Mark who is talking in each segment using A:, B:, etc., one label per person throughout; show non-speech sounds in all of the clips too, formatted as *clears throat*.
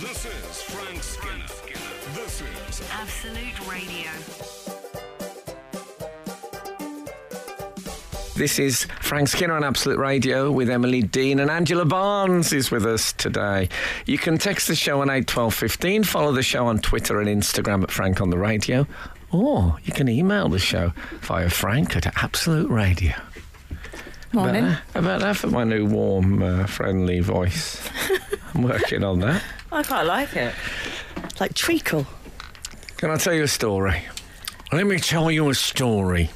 A: This is Frank Skinner. This is
B: Absolute Radio.
C: This is Frank Skinner on Absolute Radio with Emily Dean and Angela Barnes is with us today. You can text the show on 81215, follow the show on Twitter and Instagram at Frank on the Radio, or you can email the show via frank at Absolute Radio.
D: Morning.
C: About, that, about that for my new warm, uh, friendly voice. I'm working on that.
D: I quite like it. Like treacle.
C: Can I tell you a story? Let me tell you a story.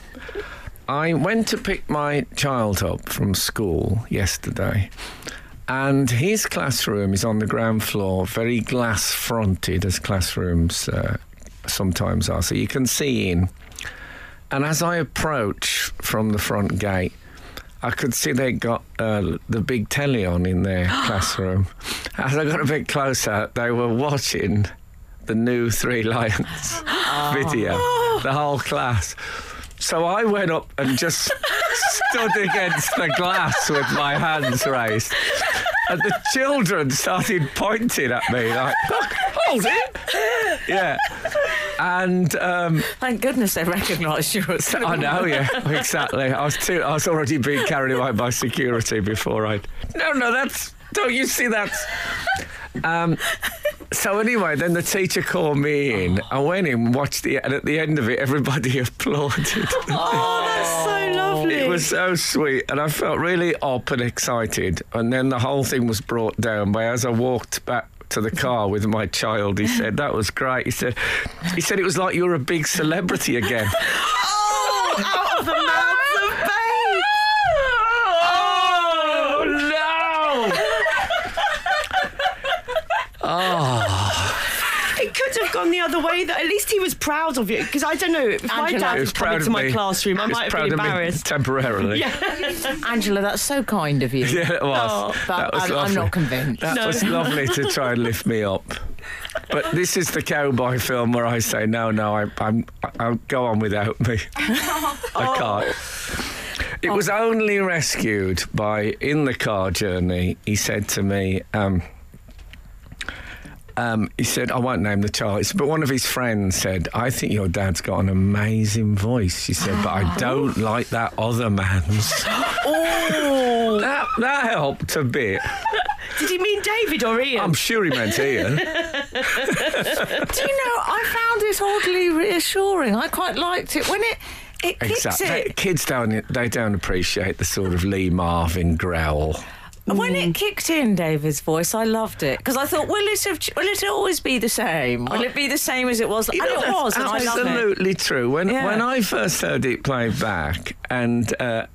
C: I went to pick my child up from school yesterday, and his classroom is on the ground floor, very glass fronted, as classrooms uh, sometimes are. So you can see in. And as I approach from the front gate, I could see they got uh, the big telly on in their classroom. As I got a bit closer, they were watching the new Three Lions video, the whole class. So I went up and just stood against the glass with my hands raised. And the children started pointing at me like, "Look, hold it. Yeah. And um,
D: Thank goodness they recognised you. At
C: I know, yeah, exactly. I was too, I was already being carried away by security before I. No, no, that's. Don't you see that? Um, so anyway, then the teacher called me in. I went in, watched the, and at the end of it, everybody *laughs* applauded.
E: Oh,
D: so lovely.
C: It was so sweet, and I felt really up and excited. And then the whole thing was brought down. But as I walked back to the car with my child, he said, "That was great." He said, "He said it was like you were a big celebrity
E: *laughs*
C: again."
D: Oh, out of the mouths of babes.
C: Oh no!
E: It could have gone the other way. That at least he was proud of you. Because I don't know if my
D: Angela.
E: dad
D: He
E: was coming to my classroom, I
C: He was
E: might have
C: proud
E: been
C: of me
E: embarrassed.
C: temporarily. *laughs* Yeah,
F: Angela, that's so kind of you.
C: it
D: Oh,
C: was.
F: but
C: that was
F: I'm- I'm
C: lovely.
F: not
C: *laughs*
F: *laughs* convinced.
C: That was lovely to try and lift me up. But this is the cowboy film where I say, no, no, I, I'm, I'll go on without me. I can't. It was only rescued by, in the car journey, he said to me, um, um, he said, I won't name the child, it's- but one of his friends said, I think your dad's got an amazing voice. She said, but I don't like that other man's. oh! That, that helped a bit.
E: Did he mean David or Ian?
C: I'm sure he meant
F: *laughs*
C: Ian.
F: Do you know, I found it oddly reassuring. I quite liked it when it it kicks
C: exactly.
F: it.
C: Kids down they don't appreciate the sort of Lee Marvin growl.
F: When
C: mm.
F: it kicked in David's voice, I loved it because I thought, will it have, will it always be the same? Will it be the same as it was? And it was, and I loved it.
C: absolutely true. When
F: Yeah.
C: when I first heard it played back and uh,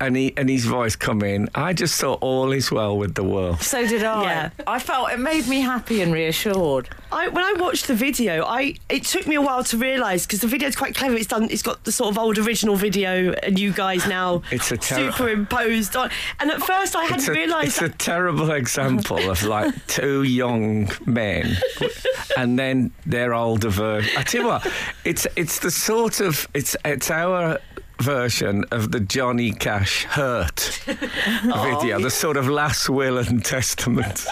C: and he and his voice come in, I just thought all is well with the world.
F: So did I.
E: Yeah.
F: I felt it made me happy and reassured.
E: I, when I watched the video, I it took me a while to realise because the video's quite clever. It's done. It's got the sort of old original video, and you guys now
C: It's a terror-
E: superimposed on. And at first, I
C: It's
E: hadn't
C: a,
E: realised.
C: it's a
E: that-
C: terrible example of like
F: *laughs*
C: two young men, and then their older version. I tell you what, it's it's the sort of it's it's our version of the Johnny Cash
F: *laughs*
C: hurt
F: Oh.
C: video, the sort of last will and testament.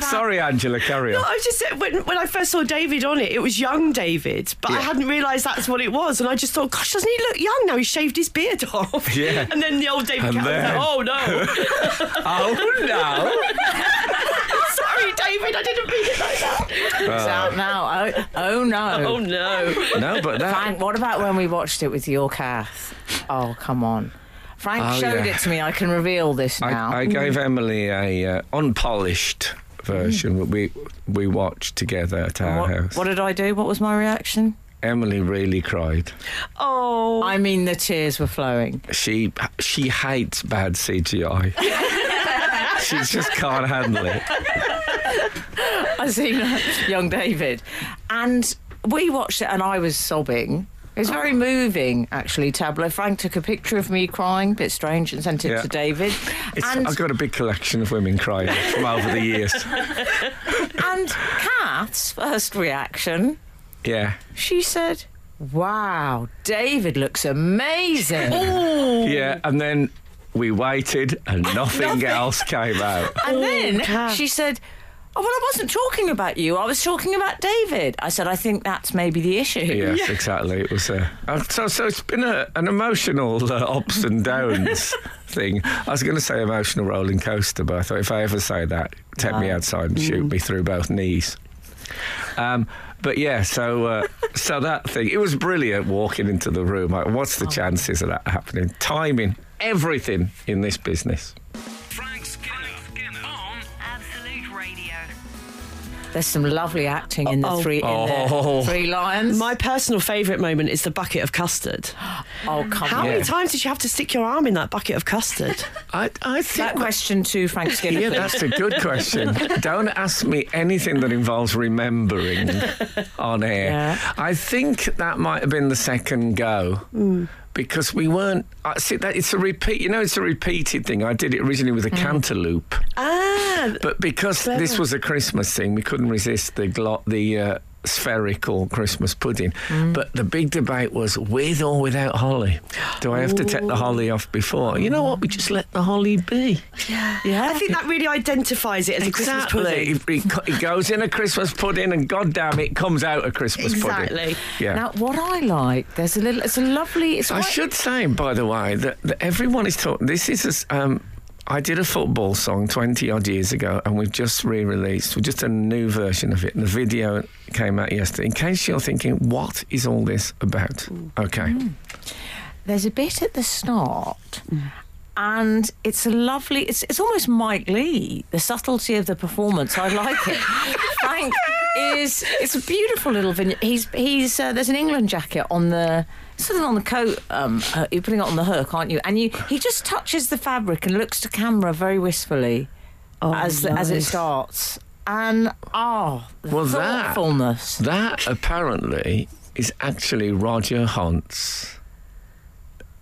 C: Sorry, Angela, carry
F: *laughs*
C: on.
E: I was just saying, when when I first saw David on it, it was young David, but
C: Yeah.
E: I hadn't realised that's what it was, and I just thought, gosh, doesn't he look young now? He shaved his beard off.
C: Yeah.
E: And then the old David
C: And
E: Cameron
C: then-
E: was like, oh no,
C: *laughs* Oh no!
E: sorry, David, I didn't mean it like that.
F: It's out now. Oh,
C: *laughs*
F: oh no.
E: Oh no.
C: Ah. No, but that.
F: Frank, what about when we watched it with your Kath? Oh, come on. Frank
C: Oh,
F: showed
C: yeah.
F: it to me. I can reveal this now.
C: I, I gave Emily a uh, unpolished version that we we watched together at our
F: Mm. what,
C: house.
F: what did I do? What was my reaction?
C: Emily really cried.
E: Oh.
F: I mean, the tears were flowing. *laughs*
C: She she hates bad CGI. she just can't handle it.
F: I seen uh, young David, and we watched it, and I was sobbing. It was very moving, actually. Tableau. Frank took a picture of me crying, bit strange, and sent it
C: Yeah.
F: to David.
C: It's,
F: and
C: I've got a big collection of women crying from over the years.
F: and Kath's first reaction,
C: Yeah,
F: she said, "Wow, David looks amazing."
C: yeah. And then we waited, and nothing, else came out.
F: And then
E: Kath.
F: she said, Oh, well, I wasn't talking about you. I was talking about David. I said, I think that's maybe the issue.
C: Yes, exactly. It was a, uh, so. So it's been a, an emotional uh, ups *laughs* and downs thing. I was going to say emotional rolling coaster, but I thought if I ever say that, take me outside and shoot me through both knees. Um, but yeah, so uh, so that thing. It was brilliant walking into the room. Like, what's the chances of that happening? Timing, everything in this business.
A: Frank Skinner, on
B: Absolute Radio.
F: There's some lovely acting in the
E: Uh-oh.
F: three in
C: Oh.
F: the Three Lions.
E: My personal favourite moment is the bucket of custard.
F: oh, come
E: How
F: on.
E: many times did you have to stick your arm in that bucket
C: *laughs*
E: of custard?
C: I I think
F: That question to *laughs* Frank Skinner.
C: Yeah,
F: please.
C: that's a good question. Don't ask me anything that involves remembering on air.
F: Yeah.
C: I think that might have been the second go. Because we weren't, I see that it's a repeat. You know, it's a repeated thing. I did it originally with a cantaloupe,
E: ah,
C: but because this was a Christmas thing, we couldn't resist the glot, the uh, spherical Christmas pudding. But the big debate was with or without holly. Do I have to take the holly off before? You know what? We just let the holly be.
E: I think that really identifies it as a Christmas pudding.
C: *laughs* It, it co- it goes in a Christmas pudding, and goddamn, it comes out a Christmas pudding.
E: Exactly.
C: Yeah.
F: Now, what I like, there's a little, it's a lovely, it's
C: I
F: quite-
C: should say, by the way, that, that everyone is talking. This is. a s um, I did a football song 20 odd years ago, and we've just re released, just a new version of it. And the video came out yesterday. In case you're thinking, what is all this about? Okay.
F: there's a bit at the start and it's a lovely it's, it's almost mike lee the subtlety of the performance i like it frank is it's a beautiful little vignette he's he's uh, there's an england jacket on the something on the coat um uh, you're putting it on the hook aren't you and you he just touches the fabric and looks to camera very wistfully as as it starts and oh the
C: Well, that-
F: thoughtfulness
C: That apparently is actually Roger Hunt's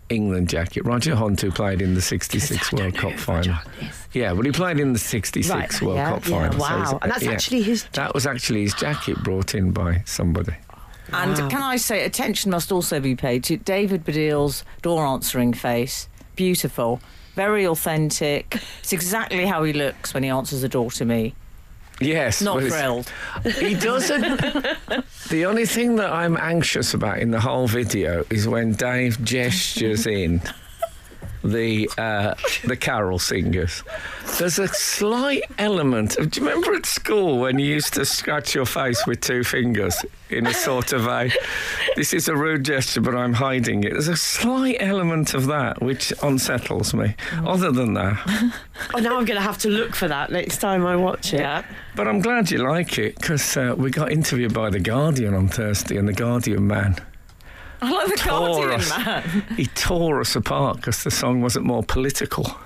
C: England jacket. Roger Hunt, who played in the 66 World Cup final. Yeah, but he played in the 66
E: Right,
C: World
F: yeah,
C: Cup
F: yeah,
C: final.
E: wow.
C: he's-
E: And that's actually his
C: That was actually his jacket brought in by somebody.
F: And can I say, attention must also be paid to David Baddiel's door answering face. Beautiful, very authentic. It's exactly how he looks when he answers the door to me.
C: Yes.
F: Not
C: well, it's-
F: thrilled.
C: He doesn't. *laughs* the only thing that I'm anxious about in the whole video is when Dave gestures in the uh, the carol singers. There's a slight element of. Do you remember at school when you used to scratch your face with two fingers in a sort of a. This is a rude gesture, but I'm hiding it. There's a slight element of that which unsettles me. Other than that,
E: Oh, now I'm going to have to look for that next time I watch it.
C: But I'm glad you like it because uh, we got interviewed by The Guardian on Thursday, and The Guardian man,
F: I like the
C: Tore
F: Guardian
C: us.
F: man.
C: he tore us apart because the song wasn't more political.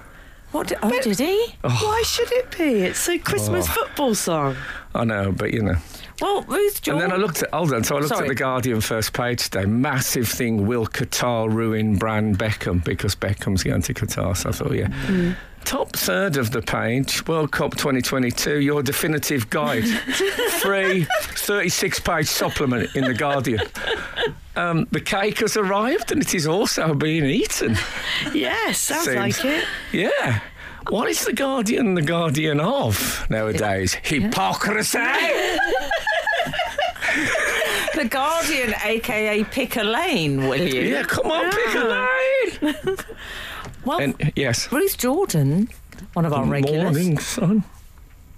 F: What? Did, oh, did he?
E: Why should it be? It's a Christmas
C: Oh.
E: football song.
C: I know, but you know.
F: Well, Ruth Jordan.
C: And then I looked at, hold on, so I looked
F: Sorry.
C: at The Guardian first page today. Massive thing will Qatar ruin brand Beckham because Beckham's going to Qatar? So I thought, yeah. Top third of the page, World Cup 2022, your definitive guide. Free 36 page supplement in The Guardian. Um, the cake has arrived and it is also being eaten.
E: Yes, sounds
C: Seems-
E: like it.
C: Yeah. What is the Guardian the Guardian of nowadays? Hypocrisy!
F: the Guardian, aka Pick a Lane, will you?
C: Yeah, come on, pick a lane!
F: Well,
C: And yes.
F: Ruth Jordan, one of our regulars.
C: Morning, son.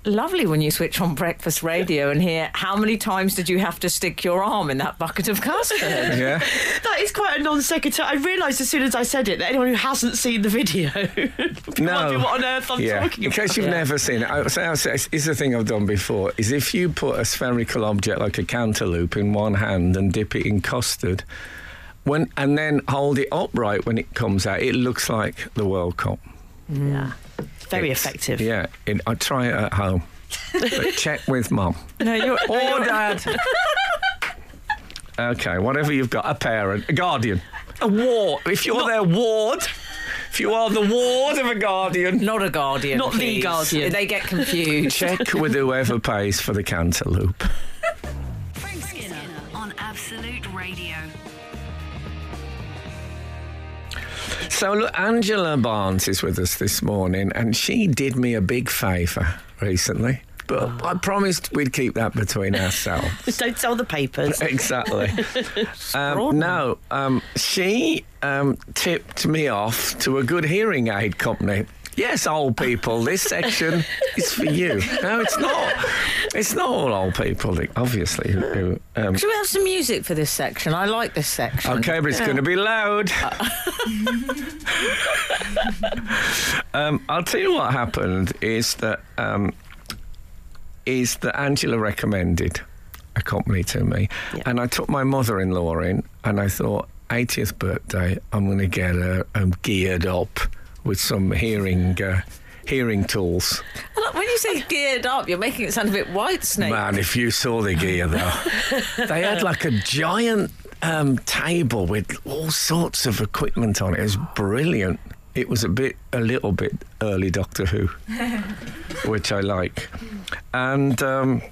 F: Lovely when you switch on breakfast radio and hear how many times did you have to stick your arm in that bucket of custard?
C: *laughs* Yeah.
E: That is quite a non sequitur. I realised as soon as I said it that anyone who hasn't seen the video *laughs* would
C: No.
E: wonder *laughs* what on earth I'm
C: yeah.
E: talking
C: In
E: about.
C: case you've never seen it, I, so I'll say, it's, it's the thing I've done before. Is if you put a spherical object like a cantaloupe in one hand and dip it in custard, when and then hold it upright when it comes out, it looks like the World Cup.
E: Very effective.
C: Yeah. It, I try it at
E: *laughs*
C: home, but check with mum.
F: no, you're,
C: Or dad. *laughs* okay, whatever you've got, a parent, a guardian, a ward. If you're their ward, if you are the ward of a guardian,
F: Not a guardian.
E: Not the
F: please.
E: guardian.
F: They get
C: *laughs*
F: confused.
C: check with whoever pays for the cantaloupe.
B: Frank Skinner on Absolute Radio.
C: So, look, Angela Barnes is with us this morning, and she did me a big favour recently. But I promised we'd keep that between ourselves.
E: Don't sell the
C: *laughs*
E: papers.
C: exactly. Um, no, um, she um, tipped me off to a good hearing aid company. Yes, old people, this section is for you. No, it's not. It's not all old people, Dick, obviously. Who, who, um,
F: Should we have some music for this section? I like this section.
C: okay, but it's going to be loud. *laughs* um, I'll tell you what happened is that um, is that Angela recommended a company to me, and I took my mother-in-law in, and I thought 80th birthday, I'm going to get her um, geared up with some hearing uh, hearing tools.
F: Look, when you say geared up, you're making it sound a bit white snake.
C: Man, if you saw the gear though, they had like a giant um, table with all sorts of equipment on it. It was brilliant. It was a bit, a little bit early Doctor Who, which I like. And um,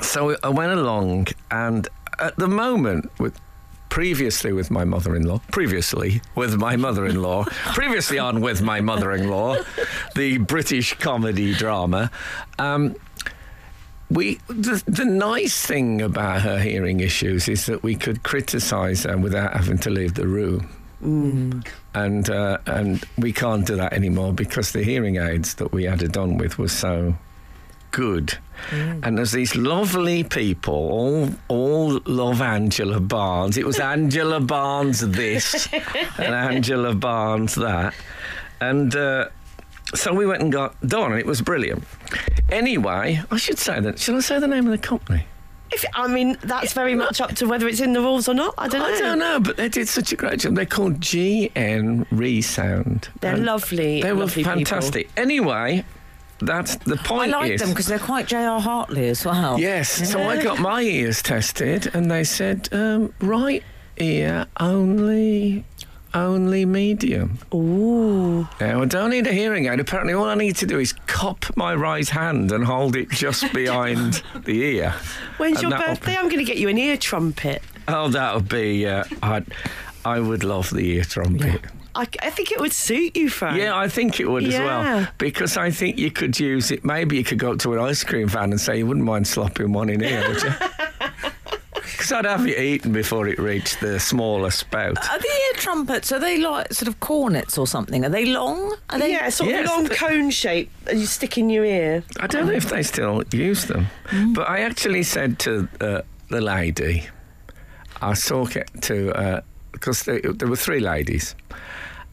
C: so I went along, and at the moment, with previously with my mother-in-law, previously with my mother-in-law, previously on with my mother-in-law, the British comedy drama. Um, we the, the nice thing about her hearing issues is that we could criticise her without having to leave the room. And uh, and we can't do that anymore because the hearing aids that we added on with were so good. And there's these lovely people, all all love Angela Barnes. It was Angela Barnes this and Angela Barnes that. And uh, so we went and got done, and it was brilliant. Anyway, I should say that. Shall I say the name of the company?
E: If, I mean, that's very much up to whether it's in the rules or not. I don't know.
C: I don't know, but they did such a great job. They're called GN Resound.
E: They're
C: And
E: lovely.
C: They were
E: lovely people.
C: fantastic. Anyway, that's the
F: I
C: point.
F: like
C: is,
F: them because they're quite J.R. Hartley as well.
C: Yes. So I got my ears tested, and they said um, right ear only, only medium.
E: Ooh.
C: Now I don't need a hearing aid. Apparently, all I need to do is cop my right hand and hold it just behind the ear.
E: When's
C: And
E: your
C: that'll
E: birthday? I'm going to get you an ear trumpet.
C: Oh, that would be. Uh, I, I would love the ear trumpet.
E: I, I think it would suit you, Frank.
C: Yeah, I think it would as
E: Yeah.
C: well. Because I think you could use it. Maybe you could go up to an ice cream van and say, you wouldn't mind slopping one in here, would you? Because I'd have it eaten before it reached the smaller spout.
F: Are the ear trumpets, are they like sort of cornets or something? Are they long? Are they
E: Yeah, sort
C: Yes.
E: of long cone shape that you stick in your ear.
C: I don't know if they still use them. But I actually said to uh, the lady, I saw it to, because there, there were three ladies.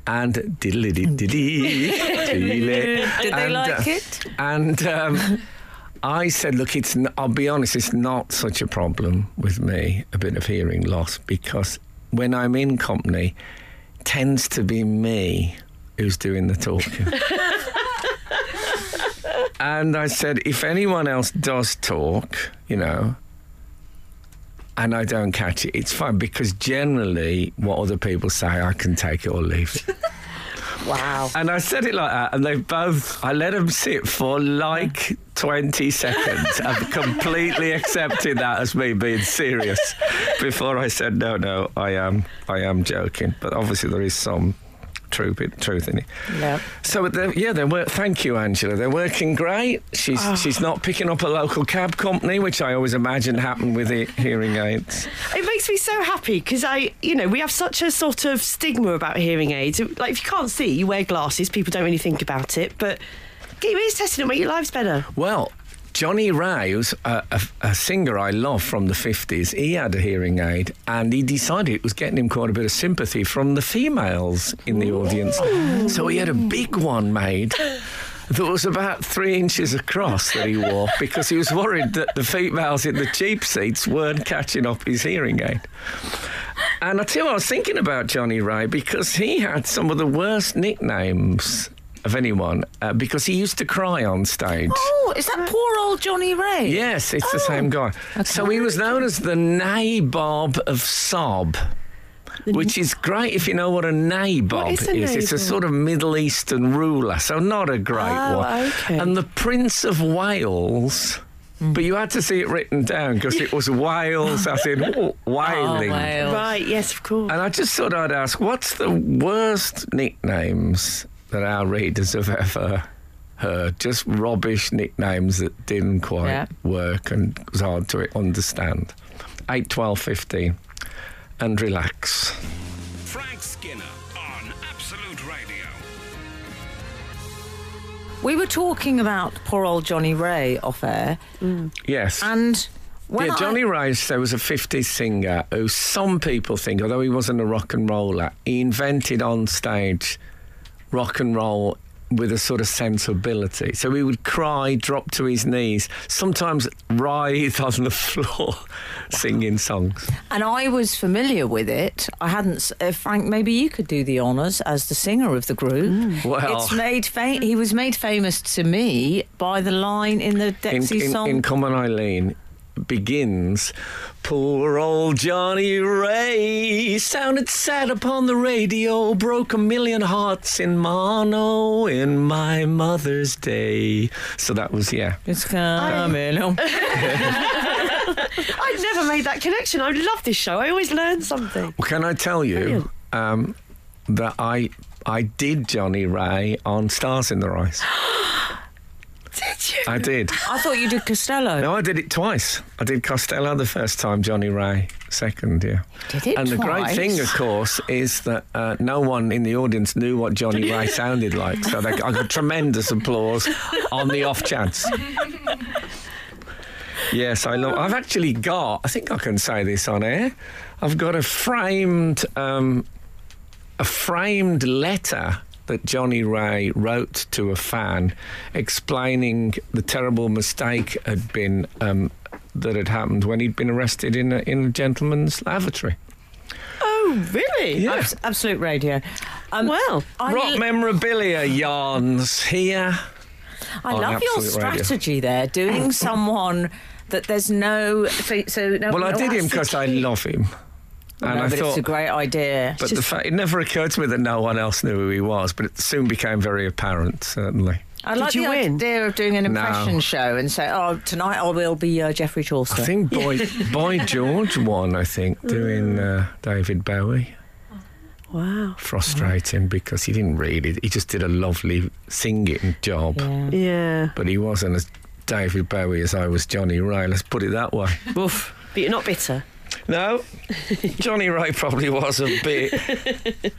C: And diddly did diddly. Did
F: Did they
C: uh,
F: like it?
C: And um, I said, look, it's. N- I'll be honest, it's not such a problem with me, a bit of hearing loss, because when I'm in company, tends to be me who's doing the talking. and I said, if anyone else does talk, you know. And I don't catch it. It's fine because generally, what other people say, I can take it or leave it.
F: Wow.
C: And I said it like that, and they both, I let them sit for like 20 seconds. I've completely accepted that as me being serious before I said, no, no, I am, I am joking. But obviously, there is some truth, in- truth in it.
F: Yeah.
C: So, they're- yeah, they're work. Thank you, Angela. They're working great. She's, she's not picking up a local cab company, which I always imagine happened with the hearing aids.
E: It makes me so happy because I, you know, we have such a sort of stigma about hearing aids. Like, if you can't see, you wear glasses, people don't really think about it, but get your ears tested, it'll make your lives better.
C: Well, Johnny Ray, who's a, a, a singer I love from the 50s, he had a hearing aid and he decided it was getting him quite a bit of sympathy from the females in the audience. So he had a big one made. That was about three inches across that he wore because he was worried that the females in the cheap seats weren't catching up his hearing aid. And I tell you, what, I was thinking about Johnny Ray because he had some of the worst nicknames of anyone uh, because he used to cry on stage.
F: Oh, is that poor old Johnny Ray?
C: Yes, it's
E: Oh.
C: the same guy. So he was known as the nabob of sob. Which is great if you know what a nabob
E: is a
C: It's a
E: nabob?
C: sort of Middle Eastern ruler, so not a great one.
E: Oh, okay. Hmm.
C: And the Prince of Wales, but you had to see it written down because it was Wales, as
E: *laughs*
C: in w-
F: Oh,
C: wailing.
F: Wales.
E: Right, yes, of course.
C: And I just thought I'd ask, what's the worst nicknames that our readers have ever her just rubbish nicknames that didn't quite
F: Yeah.
C: work and was hard to understand. 8, 12, 15. And relax.
A: Frank Skinner on Absolute Radio.
F: We were talking about poor old Johnny Ray off air,
C: Yes.
F: and when
C: yeah,
F: I-
C: Johnny Rice, there was a 50s singer who some people think, although he wasn't a rock and roller, he invented on stage rock and roll with a sort of sensibility. So he would cry, drop to his knees, sometimes writhe on the *laughs* floor singing songs.
F: and I was familiar with it. I hadn't. s- Uh, Frank, maybe you could do the honours as the singer of the group.
C: Mm. Well-
F: it's made fa- he was made famous to me by the line in the
C: In,
F: Dexy
C: in,
F: song.
C: in Common Eileen begins, Poor old Johnny Ray sounded sad upon the radio, broke a million hearts in mono in my mother's day. So that was, yeah.
F: it's coming.
C: *laughs*
F: on.
E: I never made that connection. I love this show. I always learn something.
C: Well, can I tell you
E: Oh.
C: um, that I I did Johnny Ray on Stars in the Rise?
E: *gasps* Did you?
C: I did.
F: I thought you did Costello.
C: No, I did it twice. I did Costello the first time, Johnny Ray second, yeah.
F: Did it
C: and the great
F: twice?
C: thing, of course, is that uh, no one in the audience knew what Johnny
F: *laughs*
C: Ray sounded like. So they, I got tremendous applause on the off chance. Yes, I love. I've actually got. I think I can say this on air. I've got a framed, um, a framed letter that Johnny Ray wrote to a fan, explaining the terrible mistake had been um, that had happened when he'd been arrested in a, in a gentleman's lavatory.
E: Oh, really?
C: Yeah.
F: Abs- Absolute Radio. Um,
E: Well,
F: I,
C: Rock memorabilia yarns here.
F: I
C: on
F: love your
C: Oh, Absolute Radio.
F: strategy
C: *laughs*
F: there, doing someone that there's no. So, so no
C: Well, I
F: no
C: did him
F: access
C: because I
F: to.
C: love him. And
F: No,
C: I
F: but
C: thought,
F: it's a great idea.
C: but the fact it never occurred to me that no one else knew who he was, but it soon became very apparent, certainly.
F: I like
E: you
F: the
E: win?
F: idea of doing an
C: No.
F: impression show and say, "Oh, tonight I will be uh, Jeffrey Chaucer."
C: I
F: *laughs*
C: think Boy, Boy George won, I think, doing
F: Mm.
C: uh, David Bowie.
E: Wow.
C: Frustrating because he didn't really, he just did a lovely singing job,
F: Yeah.
E: Yeah.
C: but he wasn't as David Bowie as I was Johnny Ray, let's put it that way.
E: Woof. But you're not bitter.
C: No, Johnny Ray probably was a bit.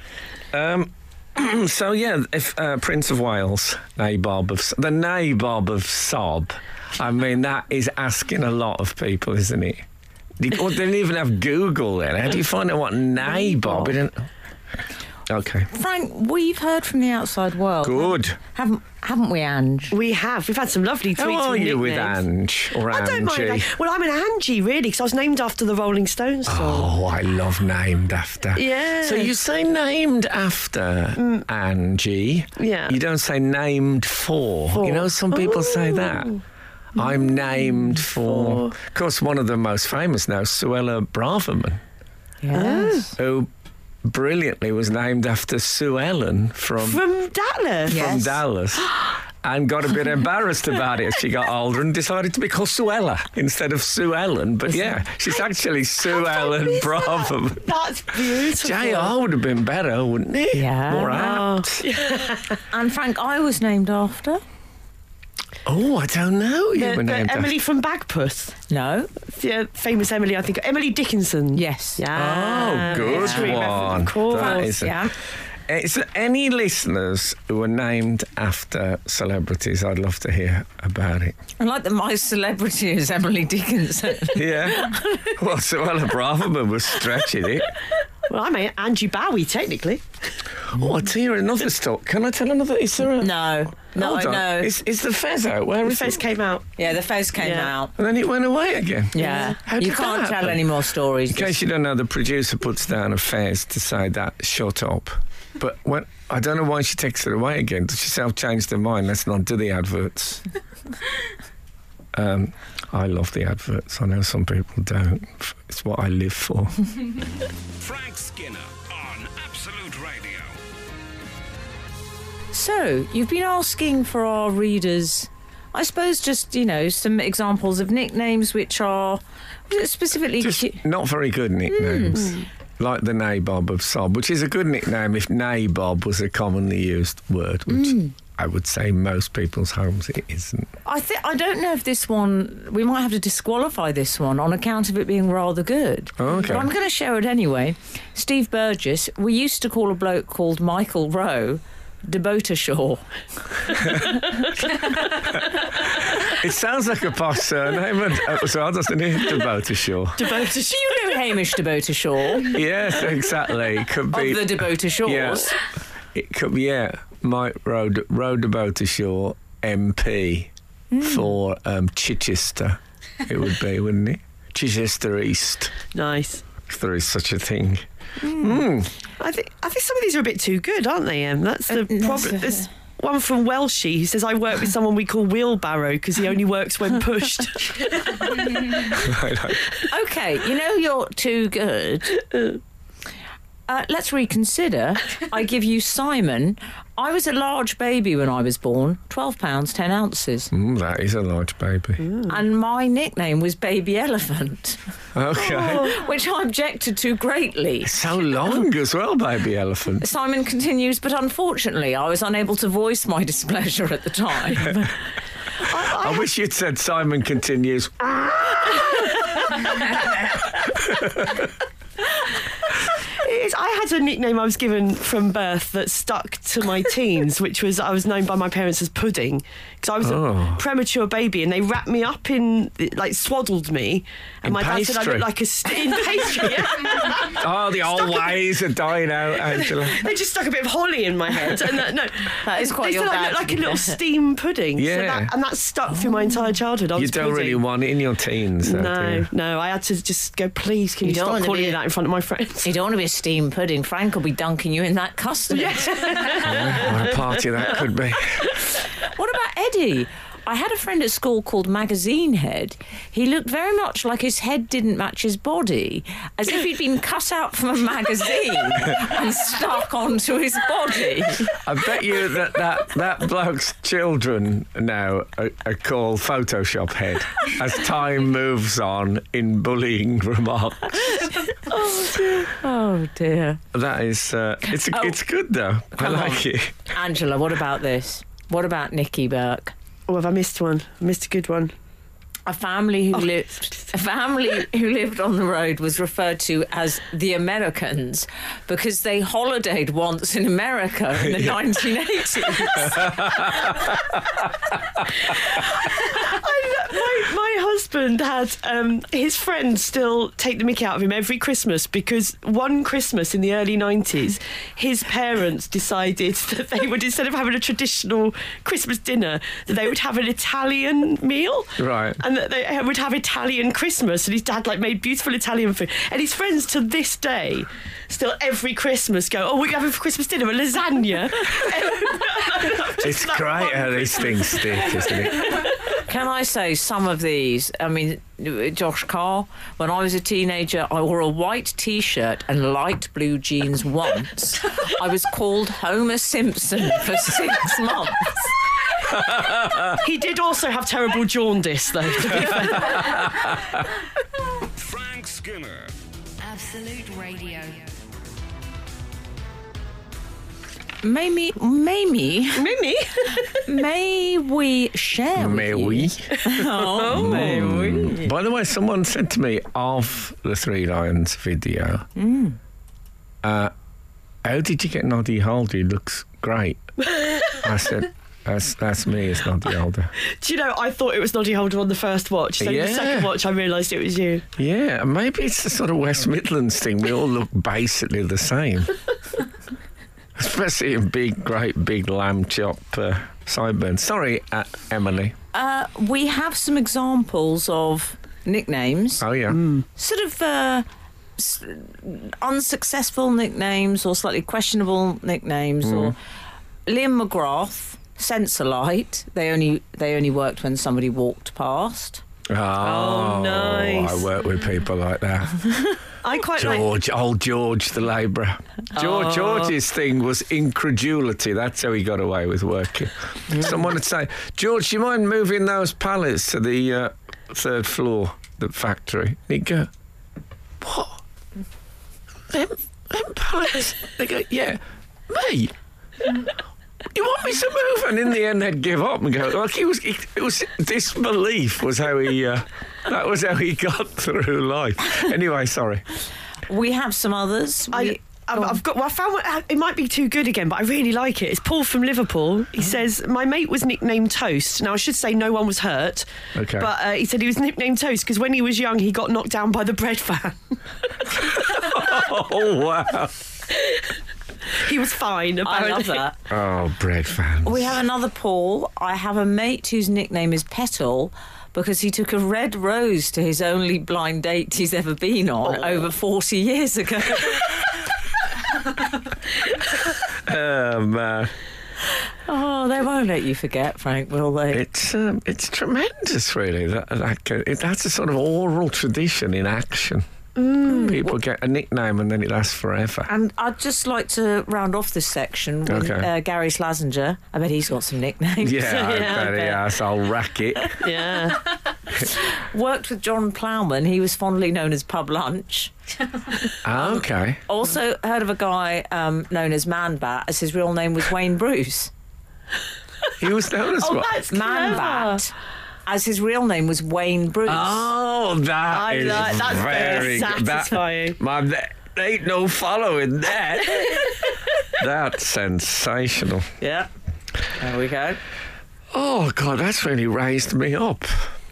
C: Um, *clears throat* so yeah, if uh, Prince of Wales, nabob of the nabob of sob, I mean that is asking a lot of people, isn't it? They, well, they didn't even have Google then. How do you find out what nabob? It didn't- Okay,
F: Frank, we've heard from the outside world.
C: good.
F: haven't haven't we, Ange?
E: We have. We've had some lovely tweets.
C: How are
E: and
C: you with
E: nicknames.
C: Ange or
E: I don't mind.
C: Angie?
E: Ang- Well, I'm an Angie, really, because I was named after the Rolling Stones song.
C: Oh, I love named after.
E: Yeah.
C: So you say named after Angie.
E: Mm. Yeah.
C: You don't say named for. You know, some people say that. I'm named for. Of course, one of the most famous now, Suella Braverman,
F: Yes.
C: who brilliantly was named after Sue Ellen from, from
E: From Dallas.
F: Yeah. yes.
C: Dallas. And got
E: *laughs*
C: a bit embarrassed about it as she got older and decided to be called Suella instead of Sue Ellen. But yeah, she's actually Sue Ellen
E: Is that-
C: Braverman.
E: That's beautiful.
C: JR would have been better, wouldn't it?
F: Yeah.
E: Oh.
C: More apt.
F: Ah. And Frank, I was named after.
C: Oh, I don't know. You
E: The,
C: were
E: the
C: named
E: Emily from Bagpuss.
F: No.
E: The uh, famous Emily, I think. Emily Dickinson.
F: Yes.
E: Yeah.
C: after. Oh, good
E: History reference,
C: one.
E: Of course.
C: That is a-
F: yeah.
C: Is there any listeners who are named after celebrities? I'd love to hear about it.
F: I like that my celebrity is Emily Dickinson.
E: *laughs*
C: Yeah. well, Suella Braverman was stretching it.
E: Well, I'm a- Angie Bowie, technically.
C: Oh, I tell you another story. Can I tell another? Is there a...
F: no. No,
C: Hold
F: I
C: on.
F: know.
C: Is, is the fez out? Where
E: The
C: is
E: first
C: it?
E: came out.
F: yeah, the face came
E: Yeah.
F: out.
C: And then it went away again.
F: Yeah.
C: How
F: you
C: did that
F: can't tell
C: happen?
F: any more stories.
C: In case you don't know, the producer puts down a fez to say that shut up. But when, I don't know why she takes it away again. Does she self change her mind? Let's not do the
F: *laughs*
C: adverts. um, I love the adverts. I know some people don't. It's what I live for.
A: Frank Skinner on Absolute Radio.
F: So, you've been asking for our readers, I suppose, just, you know, some examples of nicknames which are was it specifically.
C: Just
F: cu-
C: not very good nicknames.
F: Hmm.
C: Like the
F: Hmm.
C: nabob of sob, which is a good nickname if nabob was a commonly used word, which I would say most people's homes it isn't.
F: I think I don't know if this one. We might have to disqualify this one on account of it being rather good.
C: Oh, okay.
F: But I'm going to share it anyway. Steve Burgess. We used to call a bloke called Michael Rowe. Debota Shaw.
C: It sounds like a posh surname, and, uh, so I'll just need to vote to sure.
F: Do *laughs* you know Hamish Debota Shaw
C: Yes, exactly. It could be.
F: of the Debota Shores?
C: yeah. It could be, yeah. Mike Road, Road about Shore MP
F: Hmm.
C: for um, Chichester, it would be, wouldn't it? Chichester East,
E: Nice.
C: if there is such a thing. *laughs*
E: I think I think some of these are a bit too good, aren't they? Em? that's the
F: Uh, that's
E: problem.
F: a-
E: There's one from Welshie who says I work with someone we call wheelbarrow because he only works when pushed.
C: Right, right.
F: Okay, you know you're too good. Uh, let's reconsider. I give you Simon. I was a large baby when I was born, 12 pounds, 10 ounces.
C: Mm, that is a large baby.
F: And my nickname was Baby Elephant,
C: Okay.
F: *laughs* which I objected to greatly.
C: So long as well, baby elephant.
F: Simon continues, but unfortunately, I was unable to voice my displeasure at the time.
C: I wish you'd said Simon continues.
F: Ah,
E: It is- I had a nickname I was given from birth that stuck
C: *laughs*
E: to my teens, which was I was known by my parents as Pudding because I was
C: Oh.
E: a premature baby and they wrapped me up in, like, swaddled me. And
C: In
E: my dad said I
C: pastry?
E: looked like a st- in pastry.
C: *laughs*
E: yeah.
C: Oh, the old ways are dying
F: *laughs*
C: out, Angela.
E: they just stuck a bit of holly in my head. And that, no,
F: That is quite
E: They
F: your
E: said I
F: dad,
E: looked like a
F: isn't *laughs*
E: little
F: it?
E: steam pudding. So
C: Yeah.
E: that- and that stuck through my entire childhood. I
C: You
E: was
C: don't really
E: pudding.
C: want it in your teens, though, do
E: No,
C: you?
E: no. I had to just go. Please, can you,
F: You don't
E: stop
F: wanna
E: calling
F: be
E: me
F: a-
E: that in front of my friends?
F: you don't want to be a steam pudding. Frank will be dunking you in that custard.
C: Yeah, What a party that could be.
F: What about Eddie? I had a friend at school called Magazine Head. He looked very much like his head didn't match his body, as if he'd been cut out from a magazine *laughs* and stuck onto his body.
C: I bet you that that, that bloke's children now are, are called Photoshop head as time moves on in bullying *laughs* remarks.
F: Oh dear.
C: That is, uh, it's
F: Oh.
C: it's good though. I
F: Come
C: like
F: on.
C: it.
F: Angela, what about this? What about Nikki Burke?
E: Oh, have I missed one? I missed a good one.
F: A family who lived a family who lived on the road was referred to as the Americans because they holidayed once in America in the 1980s.
E: my, my husband had um, his friends still take the mickey out of him every Christmas because one Christmas in the early 90s, his parents decided *laughs* that they would, instead of having a traditional Christmas dinner, that they would have an Italian meal.
C: Right.
E: And that they would have Italian Christmas. And his dad, like, made beautiful Italian food. And his friends to this day still every Christmas go, oh, we're having for Christmas dinner a lasagna.
C: It's great how these things stick, isn't it?
F: Can I say some of these? I mean, Josh Carr, when I was a teenager, I wore a white t shirt and light blue jeans once. I was called Homer Simpson for *laughs* six months.
E: he did also have terrible jaundice, though, to be fair.
A: Frank Skinner.
B: Absolute Radio.
F: May me, may me,
E: Mimi.
F: may we share? with
C: May
F: you-
C: we?
F: Oh, may we?
C: By the way, someone said to me of the Three Lions video, uh, "How did you get Noddy Holder? He looks great." I said, "That's that's me. It's Noddy Holder."
E: Do you know, I thought it was Noddy Holder on the first watch. So
C: Yeah.
E: the second watch, I realised it was you.
C: Yeah, and maybe it's the sort of West Midlands thing. We all look basically the same, *laughs* especially in big, great, big lamb chop uh, sideburns. Sorry, uh, Emily.
F: Uh, we have some examples of nicknames,
C: Oh yeah,
F: sort of. Uh, s- unsuccessful nicknames or slightly questionable nicknames or Liam McGrath Sensorlight they only they only worked when somebody walked past
C: oh,
E: nice.
C: I work with people like that.
E: I quite like.
C: George, old George the labourer. George, George's thing was incredulity. That's how he got away with working. Someone would say, George, do you mind moving those pallets to the uh, third floor, the factory? And he'd go, What? Them, them pallets? They go, Yeah, me. you want me to move? And in the end, they'd give up and go. Like he was, he, it was disbelief was how he. Uh, that was how he *laughs* got through life. Anyway, sorry.
F: We have some others.
E: I,
F: We-
E: I've, I've got. Well, I found one- it might be too good again, but I really like it. It's Paul from Liverpool.
F: Oh.
E: He says my mate was nicknamed Toast. Now I should say no one was hurt.
C: Okay.
E: But uh, he said he was nicknamed Toast because when he was young, he got knocked down by the bread van.
C: Oh wow.
E: *laughs* he was fine.
F: I
E: Apparently.
F: love that.
C: Oh, bread fans.
F: We have another Paul. I have a mate whose nickname is Petal because he took a red rose to his only blind date he's ever been on over 40 years ago.
C: Oh, man.
F: oh, they won't let you forget, Frank, will they?
C: It's um, it's tremendous, really. That, that ca- it, that's a sort of oral tradition in action.
E: Mm.
C: People get a nickname and then it lasts forever.
F: and I'd just like to round off this section with
C: Okay.
F: uh, Gary Slazenger. I bet he's got some
C: *laughs*
E: *laughs*
F: nicknames.
C: Yeah,
F: *laughs*
C: I
E: Yeah, I
C: bet he
F: bet.
C: has. I'll rack
E: *laughs*
C: it.
E: Yeah.
F: *laughs* Worked with John Plowman. He was fondly known as Pub Lunch.
C: Ah, okay.
F: Also heard of a guy um, known as Man Bat, as his real name was Wayne Bruce.
C: He was known as what?
E: Oh, that's
F: Man Bat, as his real name was Wayne Bruce.
C: Oh, that
E: I
C: is
E: like- that's
C: very
E: very
C: good. That-
E: satisfying.
C: my, there ain't no following that.
E: *laughs*
C: that's sensational.
F: Yeah. There we go.
C: Oh, God, that's really raised me up.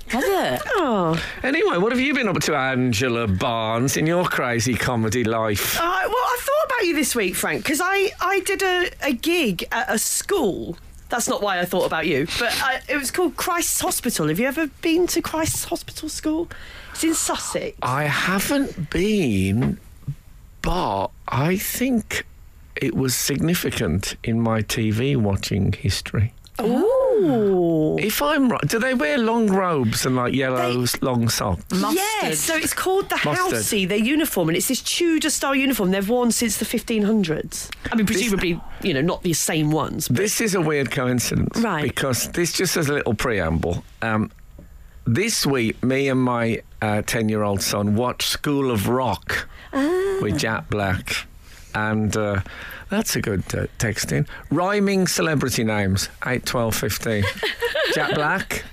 F: Has it?
E: Oh.
C: Anyway, what have you been up to, Angela Barnes, in your crazy comedy life?
E: Uh, well, I thought about you this week, Frank, because I, I did a, a gig at a school. That's not why I thought about you, but I, it was called Christ's Hospital. Have you ever been to Christ's Hospital School? It's in Sussex.
C: I haven't been, but I think it was significant in my TV watching history.
E: Ooh.
C: If I'm right, do they wear long robes and like yellow s- long socks?
E: Yes, so it's called the
C: Mustard.
E: Housey, their uniform, and it's this Tudor style uniform they've worn since the 1500s. I mean, presumably, you know, not the same ones. But
C: This is a weird coincidence,
E: Right.
C: Because this just as a little preamble. Um, this week, me and my uh, ten-year-old son watched School of Rock
F: Ah.
C: with Jack Black, and uh, that's a good uh, text in. Rhyming celebrity names: eight, twelve,
F: *laughs*
C: fifteen. Jack Black.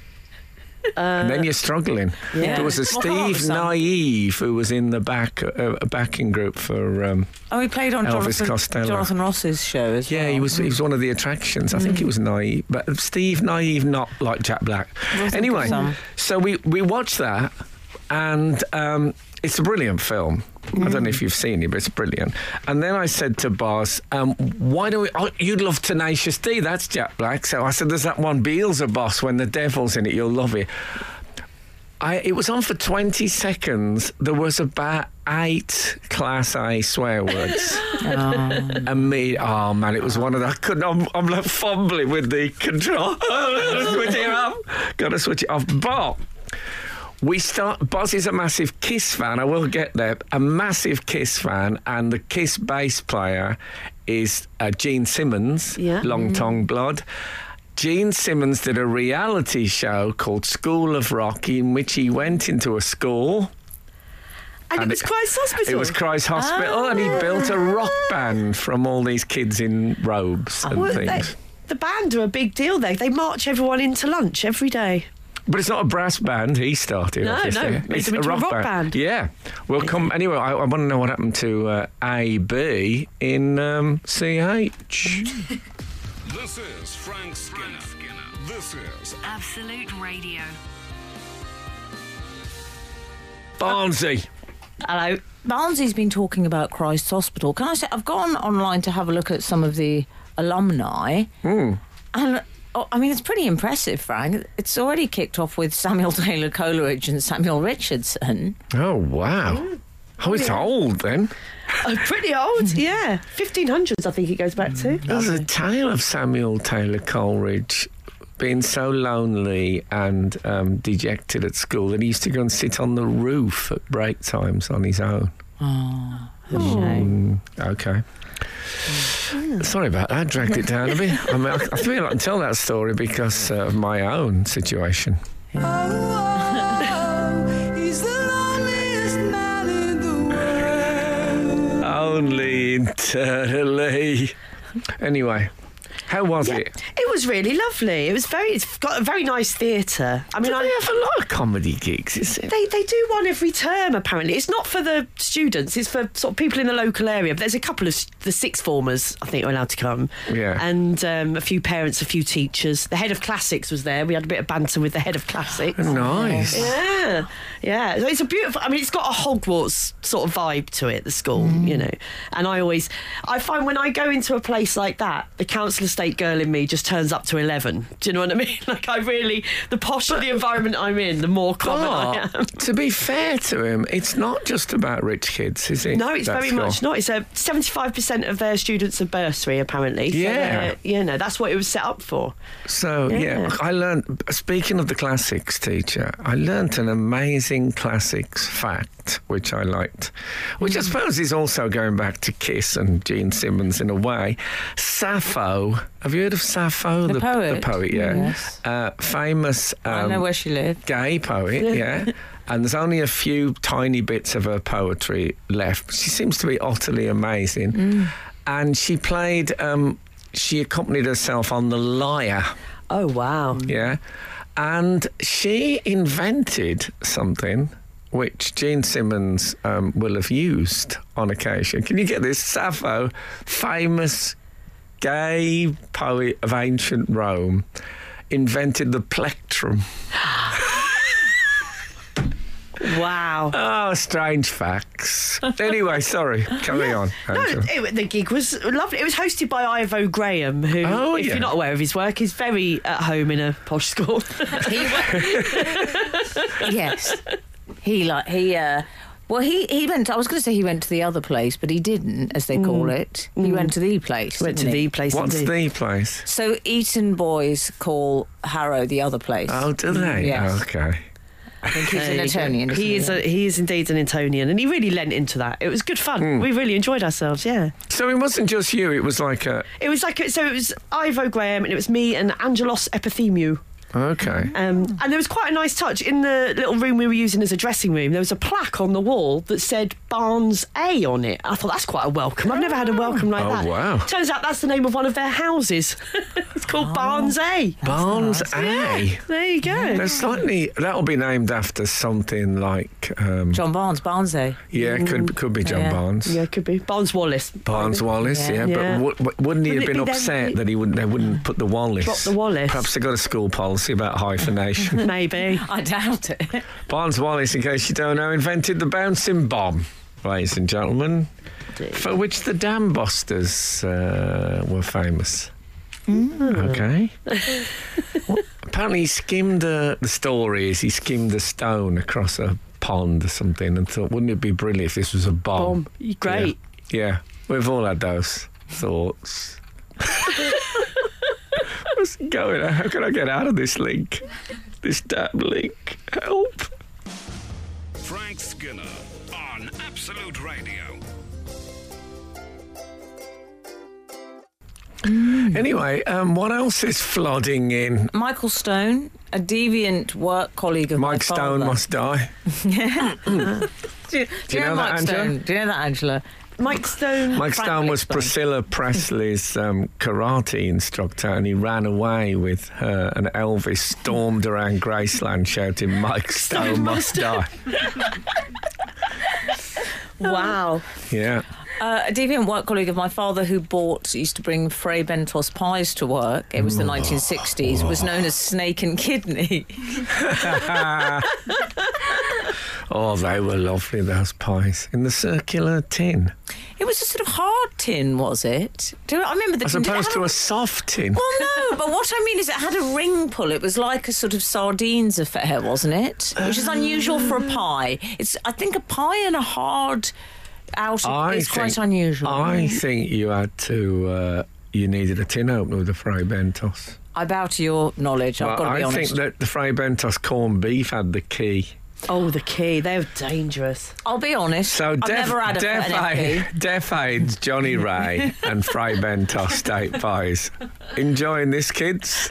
C: and then you're struggling.
F: Uh, yeah.
C: There was a
F: Well,
C: Steve
F: some.
C: Naive who was in the back uh, backing group for um,
F: Oh, he played on
C: Elvis
F: Jonathan,
C: Costello.
F: Jonathan Ross's show as well. Hmm.
C: yeah, he was he was one of the attractions. I think he was naive, but Steve naive, not like Jack Black. anyway,
F: some.
C: so we we watched that, and um, it's a brilliant film. I don't know
F: Hmm.
C: if you've seen it, but it's brilliant. And then I said to Bars, um, "Why do we? Oh, you'd love Tenacious D. That's Jack Black." So I said, "There's that one Beelzebub when the devil's in it. You'll love it." I, it was on for 20 seconds. There was about eight class A swear words. And me, oh man, it was one of the. I couldn't. I'm, I'm like fumbling with the control. *laughs* Gotta switch it off. Gotta switch it off. But we start. Buzz is a massive Kiss fan. I will get there. A massive Kiss fan, and the Kiss bass player is uh, Gene Simmons.
E: Yeah.
C: Long Tongue Blood. Gene Simmons did a reality show called School of Rock, in which he went into a school.
E: and,
C: and
E: it was
C: it-
E: Christ's Hospital.
C: It was Christ Hospital, and he built a rock
E: Ah.
C: band from all these kids in robes and
E: Well, Oh, they-
C: things.
E: the band are a big deal there. They march everyone into lunch every day.
C: But it's not a brass band he started.
E: No,
C: obviously.
E: no, it's a rock band.
C: Yeah. Well, come anyway. I, I want to know what happened to uh, AB in um, CH.
E: Mm.
A: This is Frank Skinner. This is
B: Absolute Radio.
C: Barnsey.
E: Hello.
F: Barnsley's been talking about Christ's Hospital. Can I say, I've gone online to have a look at some of the alumni.
E: Hmm.
F: And oh, I mean, it's pretty impressive, Frank. It's already kicked off with Samuel *laughs* Taylor Coleridge and Samuel Richardson.
C: Oh
E: Mm.
C: wow. Oh, it's old then.
E: Oh,
C: *laughs*
E: pretty old, yeah. 1500s, I think it goes back to.
C: There's a tale of Samuel Taylor Coleridge being so lonely and um, dejected at school that he used to go and sit on the roof at break times on his own.
E: Oh,
C: Mm, okay.
E: Hmm.
C: Sorry about that. I dragged it down a bit. I mean, I, I feel I can tell that story because uh, of my own situation. Only internally. Anyway, How was
E: Yeah,
C: it?
E: it was really lovely. It was very. It's got a very nice theatre. I mean,
C: Do
E: I,
C: they have a lot of comedy gigs? Is it?
E: They, they do one every term, apparently. It's not for the students, it's for sort of people in the local area. But there's a couple of s- the six formers, I think, are allowed to come.
C: Yeah.
E: And um, a few parents, a few teachers. The head of classics was there. We had a bit of banter with the head of classics.
C: Nice.
E: Yeah, yeah. So It's a beautiful. I mean, it's got a Hogwarts sort of vibe to it. The school, you know. And I always, I find when I go into a place like that, the council estate girl in me just turns up to eleven. Do you know what I mean? *laughs* Like I really, the posher the environment I'm in, the more common I am. *laughs*
C: But to be fair to him, it's not just about rich kids, is it?
E: No, it's
C: That
E: very
C: school?
E: much not. It's a seventy-five percent of their students are bursary, apparently. So
C: Yeah.
E: they're- you know that's what it was set up for.
C: So yeah.
E: Yeah.
C: I learned. Speaking of the classics teacher, I learnt an amazing classics fact, which I liked, which
E: Hmm.
C: I suppose is also going back to Kiss and Gene Simmons in a way. Sappho, have you heard of Sappho,
F: The
C: The
F: poet?
C: poet, yeah,
F: Yes.
C: uh, famous. Um,
F: I know where she
E: *laughs*
F: lived.
C: gay poet, yeah. And there's only a few tiny bits of her poetry left. She seems to be utterly amazing.
E: Mm.
C: And she played, um, she accompanied herself on The Lyre,
E: Oh wow!
C: yeah. And she invented something which Gene Simmons um, will have used on occasion. Can you get this? Sappho, famous gay poet of ancient Rome, invented the plectrum.
E: Wow.
C: Oh, strange
E: *laughs*
C: facts. anyway, sorry. Carry on.
E: No,
C: Angela.
E: it, the gig was lovely. It was hosted by Ivo Graham, who,
C: Oh,
E: if
C: yeah.
E: you're not aware of his work, is very at home in a posh school. *laughs*
F: yes. He like he uh well he he went I was going to say he went to the other place but he didn't as they call it. He went to the place.
E: Mm. Went to
F: didn't he?
E: the place.
C: What's
E: indeed.
C: the place?
F: So Eton boys call Harrow the other place.
C: Oh, do
E: Mm,
C: they?
F: Yes.
C: Okay.
F: I think he's
E: There you
F: an
E: go.
F: Etonian. isn't
E: He is. A, he is indeed an Etonian, and he really lent into that. It was good fun.
C: Hmm.
E: We really enjoyed ourselves. Yeah.
C: So it wasn't just you. It was like a.
E: It was like so. It was Ivo Graham, and it was me and Angelos Epithemiou.
C: Okay.
E: Um, and there was quite a nice touch in the little room we were using as a dressing room. There was a plaque on the wall that said Barnes A on it. I thought that's quite a welcome. I've never had a welcome like
C: Oh,
E: that.
C: wow.
E: Turns out that's the name of one of their houses. *laughs* it's called Barnes A.
C: Barnes A.
E: There you go.
C: There's slightly. That'll be named after something like. Um,
F: John Barnes, Barnsley.
C: yeah, could could be John
F: Yeah.
C: Barnes.
E: Mm, Yeah, it could be Barnes Wallace.
C: Barnes Wallace, yeah,
F: Yeah.
E: Yeah.
C: but w- w- wouldn't he
E: Wouldn't
C: have
E: it
C: been
E: be them
C: upset
E: who-
C: that he wouldn't? They wouldn't put the Wallace.
E: Drop the Wallace.
C: Perhaps they got a school policy
E: *laughs*
C: about hyphenation.
E: Maybe.
F: I doubt it.
C: Barnes Wallace, in case you don't know, invented the bouncing bomb, ladies and gentlemen, for which the Dam Busters uh, were famous.
E: Mm. *laughs*
C: Okay. Well, apparently, he skimmed a, the story is he skimmed a stone across a pond or something and thought, wouldn't it be brilliant if this was a bomb?
E: Bomb. Great.
C: Yeah, yeah. we've all had those
E: *laughs*
C: thoughts. *laughs* What's going on? How can I get out of this link? This damn link. Help.
A: Frank Skinner on Absolute Radio.
C: Anyway, um, what else is flooding in?
F: Michael Stone, a deviant work colleague of my
C: Mike Stone
F: father.
C: must die.
F: Do you, do
C: Do you
F: you
C: know
F: know,
C: that,
F: Mike
C: Angela?
F: Stone? Do you know that, Angela?
E: Mike Stone.
C: Mike
F: Frank
C: Stone was
F: Stone.
C: Priscilla Presley's um, karate instructor, and he ran away with her. And Elvis stormed around Graceland shouting, "Mike Stone must die!"
E: Wow.
C: Yeah,
F: Uh, a deviant work colleague of my father who bought used to bring Frey Bentos pies to work. It was the
C: Mm.
F: 1960s. Was known as Snake and Kidney.
C: oh, they were lovely those pies in the circular tin,
F: It was a sort of hard tin, was it? Do you- I remember the
C: as
F: tin- did it
C: opposed
F: have
C: to a soft tin.
F: Well, no, but what I mean is it had a ring pull. It was like a sort of sardines affair, wasn't it? Which is unusual for a pie. It's, I think, a pie and a hard outer is quite unusual.
C: I think you had to. Uh, you needed a tin opener with a Fray Bentos.
F: I bow to your knowledge. I've
C: Well,
F: got to be
C: I
F: honest.
C: think that the Fray Bentos corned beef had the key.
E: Oh, the key. They're dangerous.
F: I'll be honest.
C: So
F: I've
C: Def,
F: never had a
C: Def,
F: an
C: Aid- *laughs*
F: FP.
C: Def Aid's Johnny Ray and Fray Bentos steak pies. Enjoying this, kids?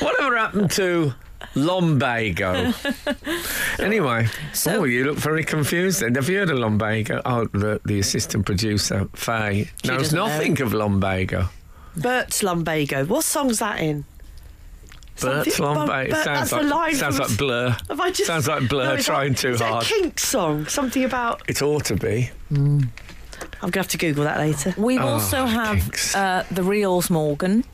C: Whatever happened to Lumbago. anyway,
F: So-
C: oh, you look very confused then. Have you heard of lumbago? Oh, the, the assistant producer, Faye,
F: She
C: knows
F: doesn't know.
C: nothing of lumbago.
E: Bert's Lumbago. What song's that in?
C: Bert
E: Something-
C: lumbago.
E: Bert-
C: sounds
E: that's a
C: like,
E: line
C: sounds
E: from-
C: like blur.
E: Have I just
C: Sounds like Blur
E: it's
C: trying too
E: is it
C: hard.
E: a Kinks song. Something about.
C: It ought to be.
E: I'm gonna have to Google that later.
F: We
C: Oh,
F: also have
C: kinks.
F: uh, the Reals Morgan.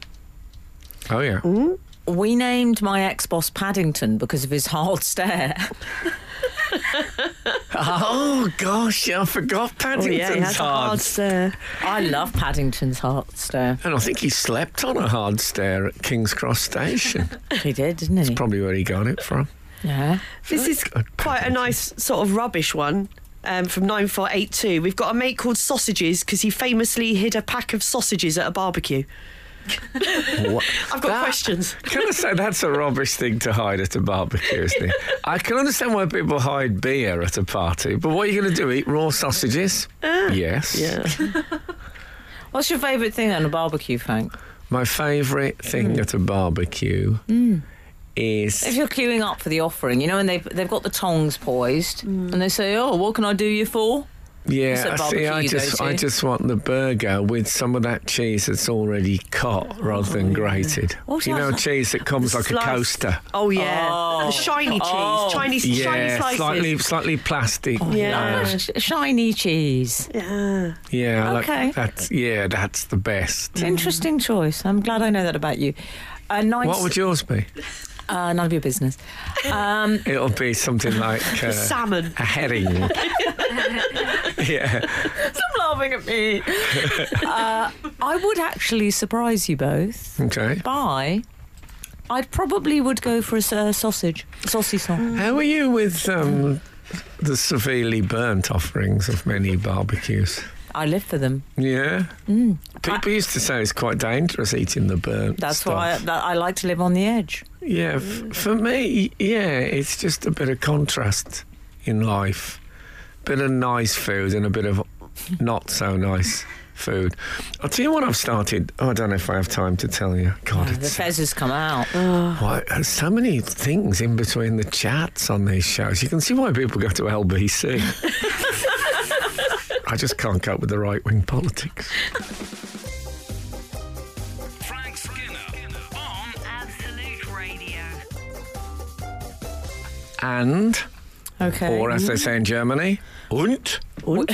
C: Oh yeah.
E: Hmm?
F: We named my ex boss Paddington because of his hard stare.
C: Oh gosh, I forgot
E: Oh
C: Paddington's
E: yeah, he has a hard
C: hard.
E: stare.
F: I love Paddington's hard stare.
C: And I think he slept on a hard stair at King's Cross
E: *laughs*
C: Station.
F: He did, didn't he?
C: Probably where he got it from.
F: yeah.
E: This is quite a nice sort of rubbish one um, from 9482. We've got a mate called Sausages because he famously hid a pack of sausages at a barbecue.
C: What?
E: *laughs* I've got
C: That-
E: questions.
C: Can I say that's a rubbish thing to hide at a barbecue, isn't
E: *laughs*
C: it? I can understand why people hide beer at a party, but what are you going to do? Eat raw sausages?
E: Ah,
C: yes.
F: What's your favourite thing on a barbecue, Frank?
C: My favourite
E: Mm.
C: thing at a barbecue
F: If
C: is
F: you're queuing up for the offering, you know, and they've, they've got the tongs poised and they say, oh, what can I do you for? It's a
C: yeah. I see,
F: barbecue
C: I
F: you go
C: just I
F: to.
C: just want the burger with some of that cheese that's already cut rather than grated.
F: Oh, What
C: you
F: else?
C: know, cheese that comes like a
F: slice.
C: coaster.
E: Oh yeah,
F: Oh.
E: the shiny cheese,
F: Oh.
E: shiny, shiny
C: Yeah,
E: slices.
C: slightly slightly plastic.
E: Yeah.
F: Ah, Sh- Shiny cheese.
E: Yeah.
C: Yeah, I
F: Okay.
C: like, that's yeah, that's the best.
F: Interesting choice. I'm glad I know that about you. Uh, nine,
C: What would yours be?
F: uh, none of your business. Um,
C: It'll be
F: *laughs*
C: something like uh,
E: Salmon.
C: a herring. yeah.
F: Stop laughing at me. uh, I would actually surprise you both
C: Okay.
F: by. I probably would go for a s- uh, sausage, saucy sauce.
C: How are you with um, the severely burnt offerings of many barbecues?
F: I live for them.
C: Yeah.
F: Mm.
C: People used to say it's quite dangerous eating the burnt.
F: That's
C: stuff.
F: why I, that I like to live on the edge.
C: Yeah, f- for me, yeah, it's just a bit of contrast in life. Bit of nice food and a bit
F: *laughs*
C: of not so nice food. I'll tell you what I've started. Oh, I don't know if I have time to tell you. God,
F: The
C: it's
F: fez has come out.
C: why, there's so many things in between the chats on these shows. You can see why people go to
F: *laughs*
C: LBC. I just can't cope with the right wing politics.
A: Frank Skinner on
B: Absolute Radio.
C: And,
F: Okay.
C: or as they say in Germany, und.
F: *laughs*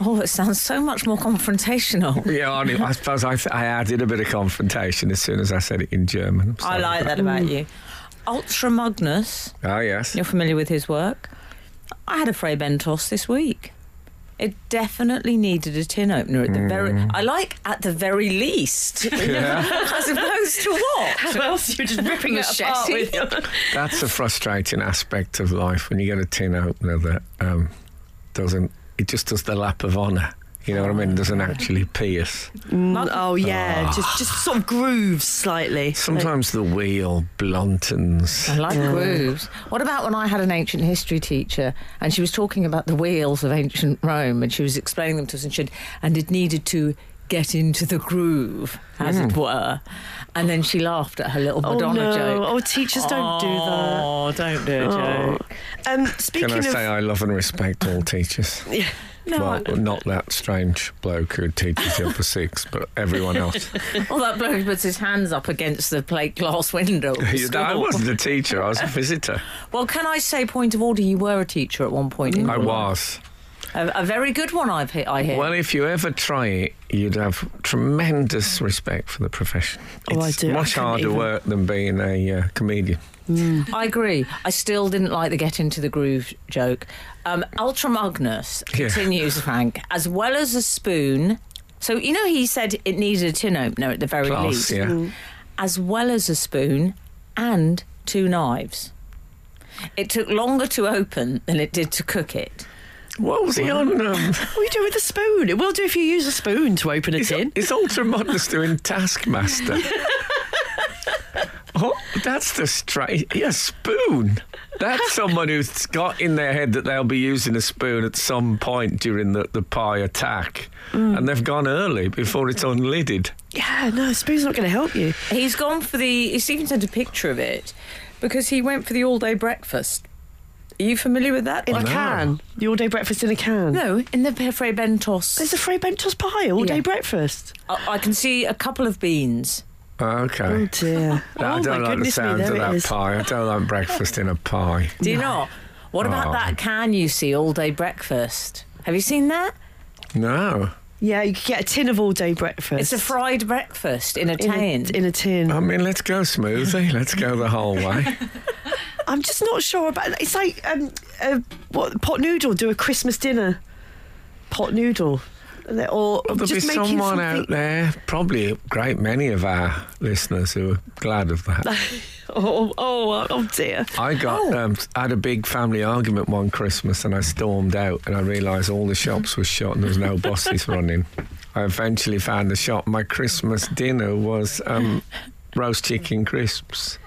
F: oh, it sounds so much
E: *laughs*
F: more confrontational.
C: Yeah, I, mean, I suppose I, I added a bit of confrontation as soon as I said it in German. I'm
F: I
C: sorry
F: like
C: about
F: that about you. Ultra Magnus.
C: that. Oh, yes.
F: You're familiar with his work. I had a Frey Bentos this week. It definitely needed a tin opener at the
E: Mm.
F: very. I like at the
E: *laughs*
F: very least,
C: Yeah,
F: *laughs* as opposed to what?
E: What else? You're just ripping it apart.
F: Machete.
E: With your...
C: that's a frustrating aspect of life when you get a tin opener that um, doesn't, it just does the lap of honour. You know what I mean? Doesn't actually pierce.
E: Mm, Oh yeah, just just sort of grooves slightly.
C: Ah. Sometimes the wheel bluntens.
F: I like grooves. What about when I had an ancient history teacher and she was talking about the wheels of ancient Rome and she was explaining them to us and she and it needed to get into the groove, as it were. And then she laughed at her little
E: Hmm. Oh
F: Madonna
E: no!
F: joke.
E: Oh, teachers don't do that.
F: Oh, don't do it,
E: Oh. Um, speaking
C: Can I
E: of,
C: say I love and respect all teachers?
E: Yeah.
C: well, not that strange bloke who teaches you for six, but everyone else.
F: Well, Oh, that bloke who puts his hands up against the plate glass *laughs* window.
E: *laughs*
F: at
C: *laughs*
F: the
C: I
F: school.
C: wasn't a teacher, I was a visitor.
F: Well, can I say, point of order, you were a teacher at one
E: Hmm.
F: point. In
C: I
E: Mm-hmm.
F: your
C: was.
F: life. A, a very good one, I've he- I hear.
C: Well, if you ever try it, you'd have tremendous respect for the profession.
E: Oh, I
C: It's
E: do. I
C: much
E: couldn't
C: harder
E: even-
C: work than being a uh, comedian.
F: I agree. I still didn't like the get into the groove joke. Um, Ultra Magnus
C: *laughs* Yeah.
F: continues, Frank, as well as a spoon. So, you know, he said it needed a tin opener at the very
C: Class,
F: least.
C: yeah.
F: as well as a spoon and two knives. It took longer to open than it did to cook it.
C: What was he on? Um,
E: *laughs* what do you do with a spoon? It will do if you use a spoon to open a
C: is,
E: tin.
C: is Ultra Modernist doing Taskmaster? Oh, that's the straight. Yeah, spoon. That's someone who's got in their head that they'll be using a spoon at some point during the, the pie attack.
E: Mm.
C: And they've gone early before it's unlidded.
E: Yeah, no, a spoon's not going to help you.
F: He's gone for the. He's even sent a picture of it.
G: because he went for the all day breakfast. Are you familiar with that?
E: In
C: No.
E: a can. The all day breakfast in a can.
F: No, in the Frey Bentos.
E: There's a Frey Bentos pie, all day
C: *laughs*
F: Yeah.
E: breakfast.
F: I, I can see a couple of beans.
C: Ah,
E: Oh,
C: Okay.
E: dear. Oh,
C: I don't like the sound of that pie. I don't like breakfast in a pie.
F: Do you not? What
C: Oh.
F: about that can you see all day breakfast? Have you seen that?
C: No.
E: Yeah, you could get a tin of all day breakfast.
F: It's a fried breakfast in a
E: in
F: tin.
E: a, in a tin.
C: I mean, let's go smoothie. Let's go the whole way.
E: I'm just not sure about. It's like um, uh, what pot noodle do a Christmas dinner, pot noodle, And they- or
C: Well, there'll be
E: just making
C: someone
E: something-
C: out there, probably a great many of our listeners who are glad of that.
E: Oh, oh, oh dear.
C: I got um, I had a big family argument one Christmas, and I stormed out, and I realised all the shops were shut, and there was no buses running. I eventually found the shop. My Christmas dinner was um, roast chicken crisps.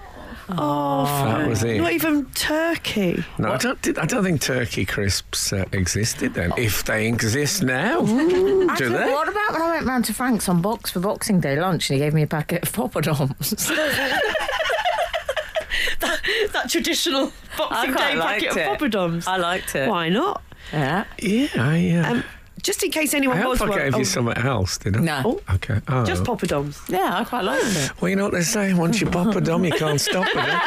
E: Oh,
C: That was it.
E: not even turkey.
C: No, I don't. thi- I don't think turkey crisps uh, existed then. If they exist now, *laughs* do
F: Actually,
C: they?
F: What about when I went round to Frank's on box for Boxing Day lunch and he gave me a packet of *laughs* poppadoms?
E: That traditional Boxing
F: quite
E: Day packet
F: liked
E: of
F: it.
E: poppadoms.
F: I liked it.
E: Why not?
F: Yeah.
C: Yeah, I. Uh,
E: Um, just in case
C: I
E: anyone
C: hope
E: was
C: I
E: wor-
C: gave
E: oh,
C: you something else, did I?
F: No.
E: Oh.
C: Okay. Oh.
E: just poppadoms.
F: Yeah, I quite liked it.
C: well, you know what they say: once you pop a dom, you can't stop it. eh?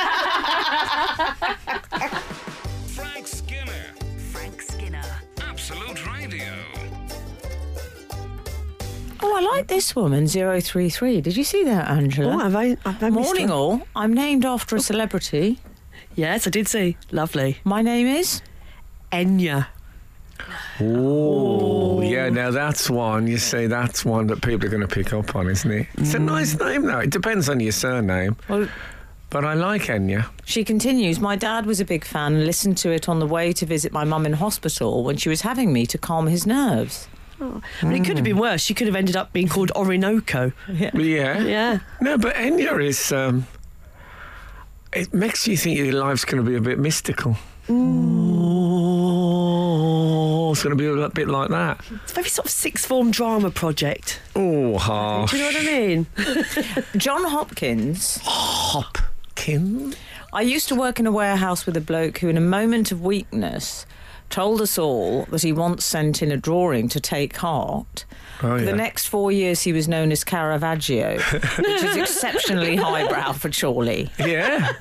A: Frank Skinner.
B: Frank Skinner.
A: Absolute Radio.
F: Oh, I like this woman, 033. Did you see that, Angela?
E: Oh, have I? Have I missed
F: Morning
E: one?
F: all. I'm named after a celebrity.
E: Yes, I did see. Lovely.
F: My name is.
E: Enya.
C: Oh, yeah. Now that's one. You see, that's one that people are going to pick up on, isn't it? It's a nice name, though. It depends on your surname.
F: Well,
C: But I like Enya.
F: she continues. My dad was a big fan. Listened to it on the way to visit my mum in hospital when she was having me to calm his nerves.
E: I mean, it
C: Mm.
E: could have been worse. She could have ended up being called Orinoco.
C: But yeah.
E: Yeah.
C: No, but Enya is. Um, it makes you think your life's going to be a bit mystical. Oh, it's going to be a bit like that.
E: It's a very sort of sixth form drama project.
C: Oh, harsh.
E: Do you know what I
C: *laughs*
E: mean?
F: John Hopkins.
C: Hopkins.
F: I used to work in a warehouse with a bloke who, in a moment of weakness, told us all that he once sent in a drawing to take heart.
C: Oh,
F: For
C: yeah.
F: the next four years, he was known as Caravaggio, which is exceptionally highbrow for
C: *laughs*
F: Chorley. *laughs*
C: Yeah.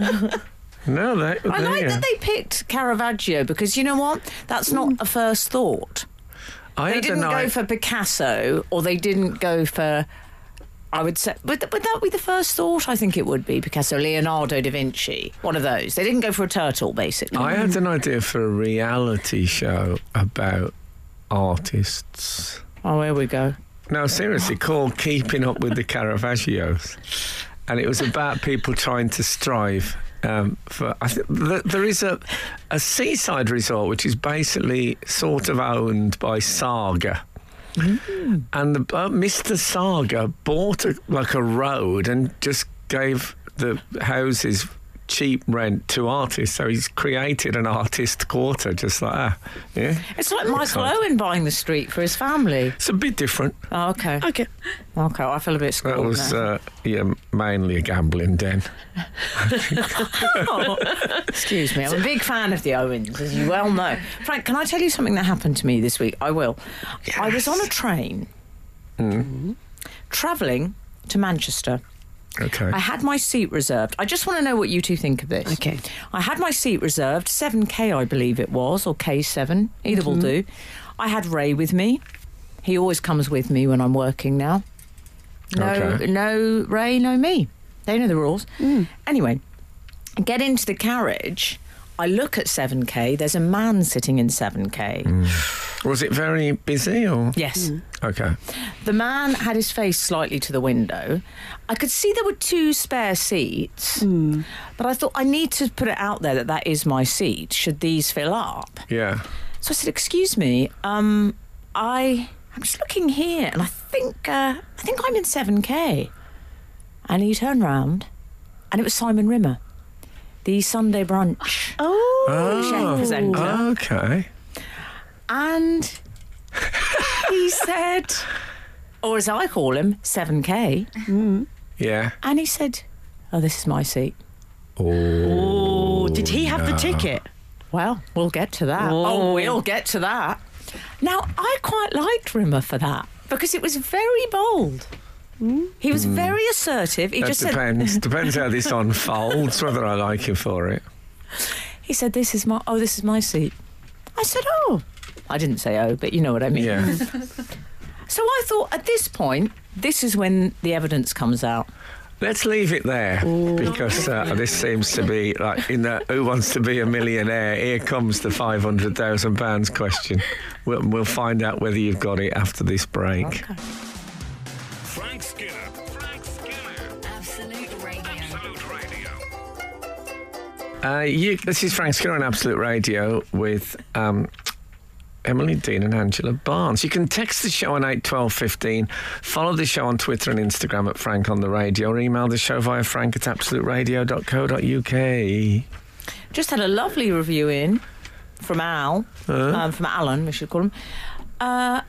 C: no, they.
F: I like that they picked Caravaggio because you know what? That's not a first thought.
C: I
F: They
C: had the
F: didn't go
C: night-
F: for Picasso or they didn't go for. I would say, would, would that be the first thought? I think it would be Picasso, Leonardo da Vinci, one of those. They didn't go for a turtle, basically.
C: I had an idea for a reality show about artists.
F: Oh, here we go.
C: No, seriously, called Keeping Up with the Caravaggios. And it was about people trying to strive um, for. I think th- there is a, a seaside resort which is basically sort of owned by Saga. And the, uh, Mr. Saga bought a, like a road and just gave the houses cheap rent to artists. So he's created an artist quarter just like that. Yeah.
F: It's like Michael
C: Exciting.
F: Owen buying the street for his family.
C: It's a bit different.
F: Oh, okay.
E: Okay.
F: Okay, I feel a bit
C: That
F: schooled
C: was
F: now.
C: uh, yeah, mainly a gambling den.
F: Excuse me. I'm a big fan of the Owens, as you well know. Frank, can I tell you something that happened to me this week? I will. I was on a train
C: Mm.
F: Mm-hmm. travelling to Manchester.
C: Okay.
F: I *laughs* had my seat reserved. I just want to know what you two think of this.
E: Okay.
F: I had my seat reserved, 7K, I believe it was, or K7, either will do. I had Ray with me. He always comes with me when I'm working now. No,
C: Okay.
F: no Ray, no me. They know the rules. Anyway, I get into the carriage. I look at 7K. There's a man sitting in 7K.
C: Was it very busy or?
F: Yes.
C: Okay.
F: The man had his face slightly to the window. I could see there were two spare seats, but I thought I need to put it out there that that is my seat. Should these fill up?
C: Yeah.
F: So I said, "Excuse me, um, I I'm just looking here, and I think uh, I think I'm in seven K." And he turned round, and it was Simon Rimmer, the Sunday brunch chef
C: Oh.
F: presenter,
C: Okay.
F: and he said, or as I call him, seven K.
C: Yeah.
F: And he said, Oh, this is my seat.
C: Oh,
E: Oh, did he have the
C: no.
E: ticket?
F: Well, we'll get to that. Oh,
E: Oh.
F: we'll get to that. Now, I quite liked Rimmer for that because it was very bold. He
C: Hmm.
F: was very assertive. He
C: That
F: just *laughs*
C: depends.
F: said,
C: depends how this unfolds, whether I like you for it.
F: "He said this is my oh, this is my seat." I said, "Oh." I didn't say oh, but you know what I mean.
C: Yeah.
F: So I thought at this point, this is when the evidence comes out.
C: Let's leave it there because uh, this seems to be like in the Who Wants to Be a Millionaire? Here comes the five hundred thousand pounds question. We'll, we'll find out whether you've got it after this break.
A: Frank Skinner. Frank Skinner.
H: Absolute Radio.
A: Absolute Radio.
C: Uh, you, this is Frank Skinner on Absolute Radio with um, Emily Dean and Angela Barnes. You can text the show on 81215, follow the show on Twitter and Instagram at Frank on the Radio, or email the show via frank at absoluteradio.co.uk.
F: Just had a lovely review in from Al,
E: Uh-huh.
F: um, from Alan, we should call him, uh,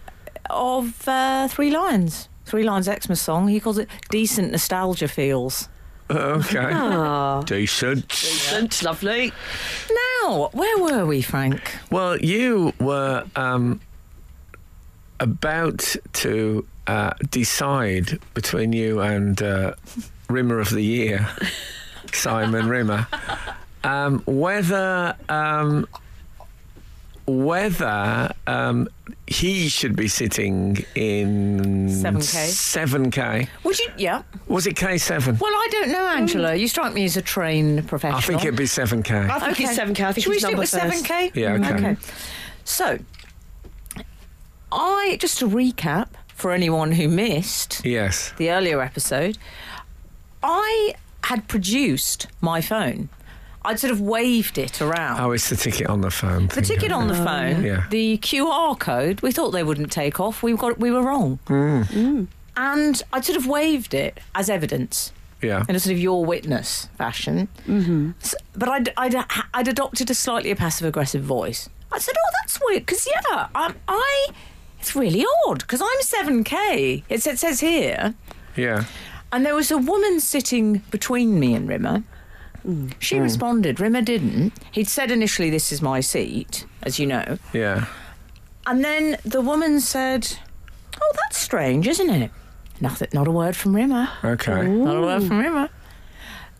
F: of uh, Three Lions. Three Lions Xmas song. He calls it decent nostalgia feels.
C: Okay.
E: Ah,
C: Decent.
E: that's lovely.
F: Now, where were we, Frank?
C: Well, you were um, about to uh, decide between you and uh, Rimmer of the Year, *laughs* Simon Rimmer, um, whether um, whether um, he should be sitting in
F: 7K.
C: 7K.
F: Would you? Yeah.
C: Was it K7?
F: Well, I don't know, Angela. You strike me as a trained professional.
C: I think it'd be 7K.
E: I think it's 7K. I think
F: Should we
E: it's
F: stick
E: number first.
F: with seven K?
C: Yeah, okay.
F: So, I just to recap for anyone who missed
C: yes.
F: the earlier episode, I had produced my phone. I'd sort of waved it around.
C: Oh, it's the ticket on the phone.
F: The ticket on the phone,
C: Yeah.
F: the QR code, we thought they wouldn't take off. We got we were wrong.
C: Mm.
F: And I sort of waved it as evidence
C: Yeah.
F: in a sort of your witness fashion. Mm-hmm. but I'd, I'd, I'd adopted a slightly passive aggressive voice. I said, oh, that's weird, because yeah, I, I, it's really odd, because I'm 7K. It, sa- it says here.
C: Yeah.
F: And there was a woman sitting between me and Rimmer.
C: Hmm.
F: She responded. Rimmer didn't. He'd said initially, this is my seat, as you know.
C: Yeah.
F: And then the woman said, oh, that's strange, isn't it? Nothing, not a word from Rimmer.
C: Okay.
F: Not a
C: Hmm.
F: word from Rimmer.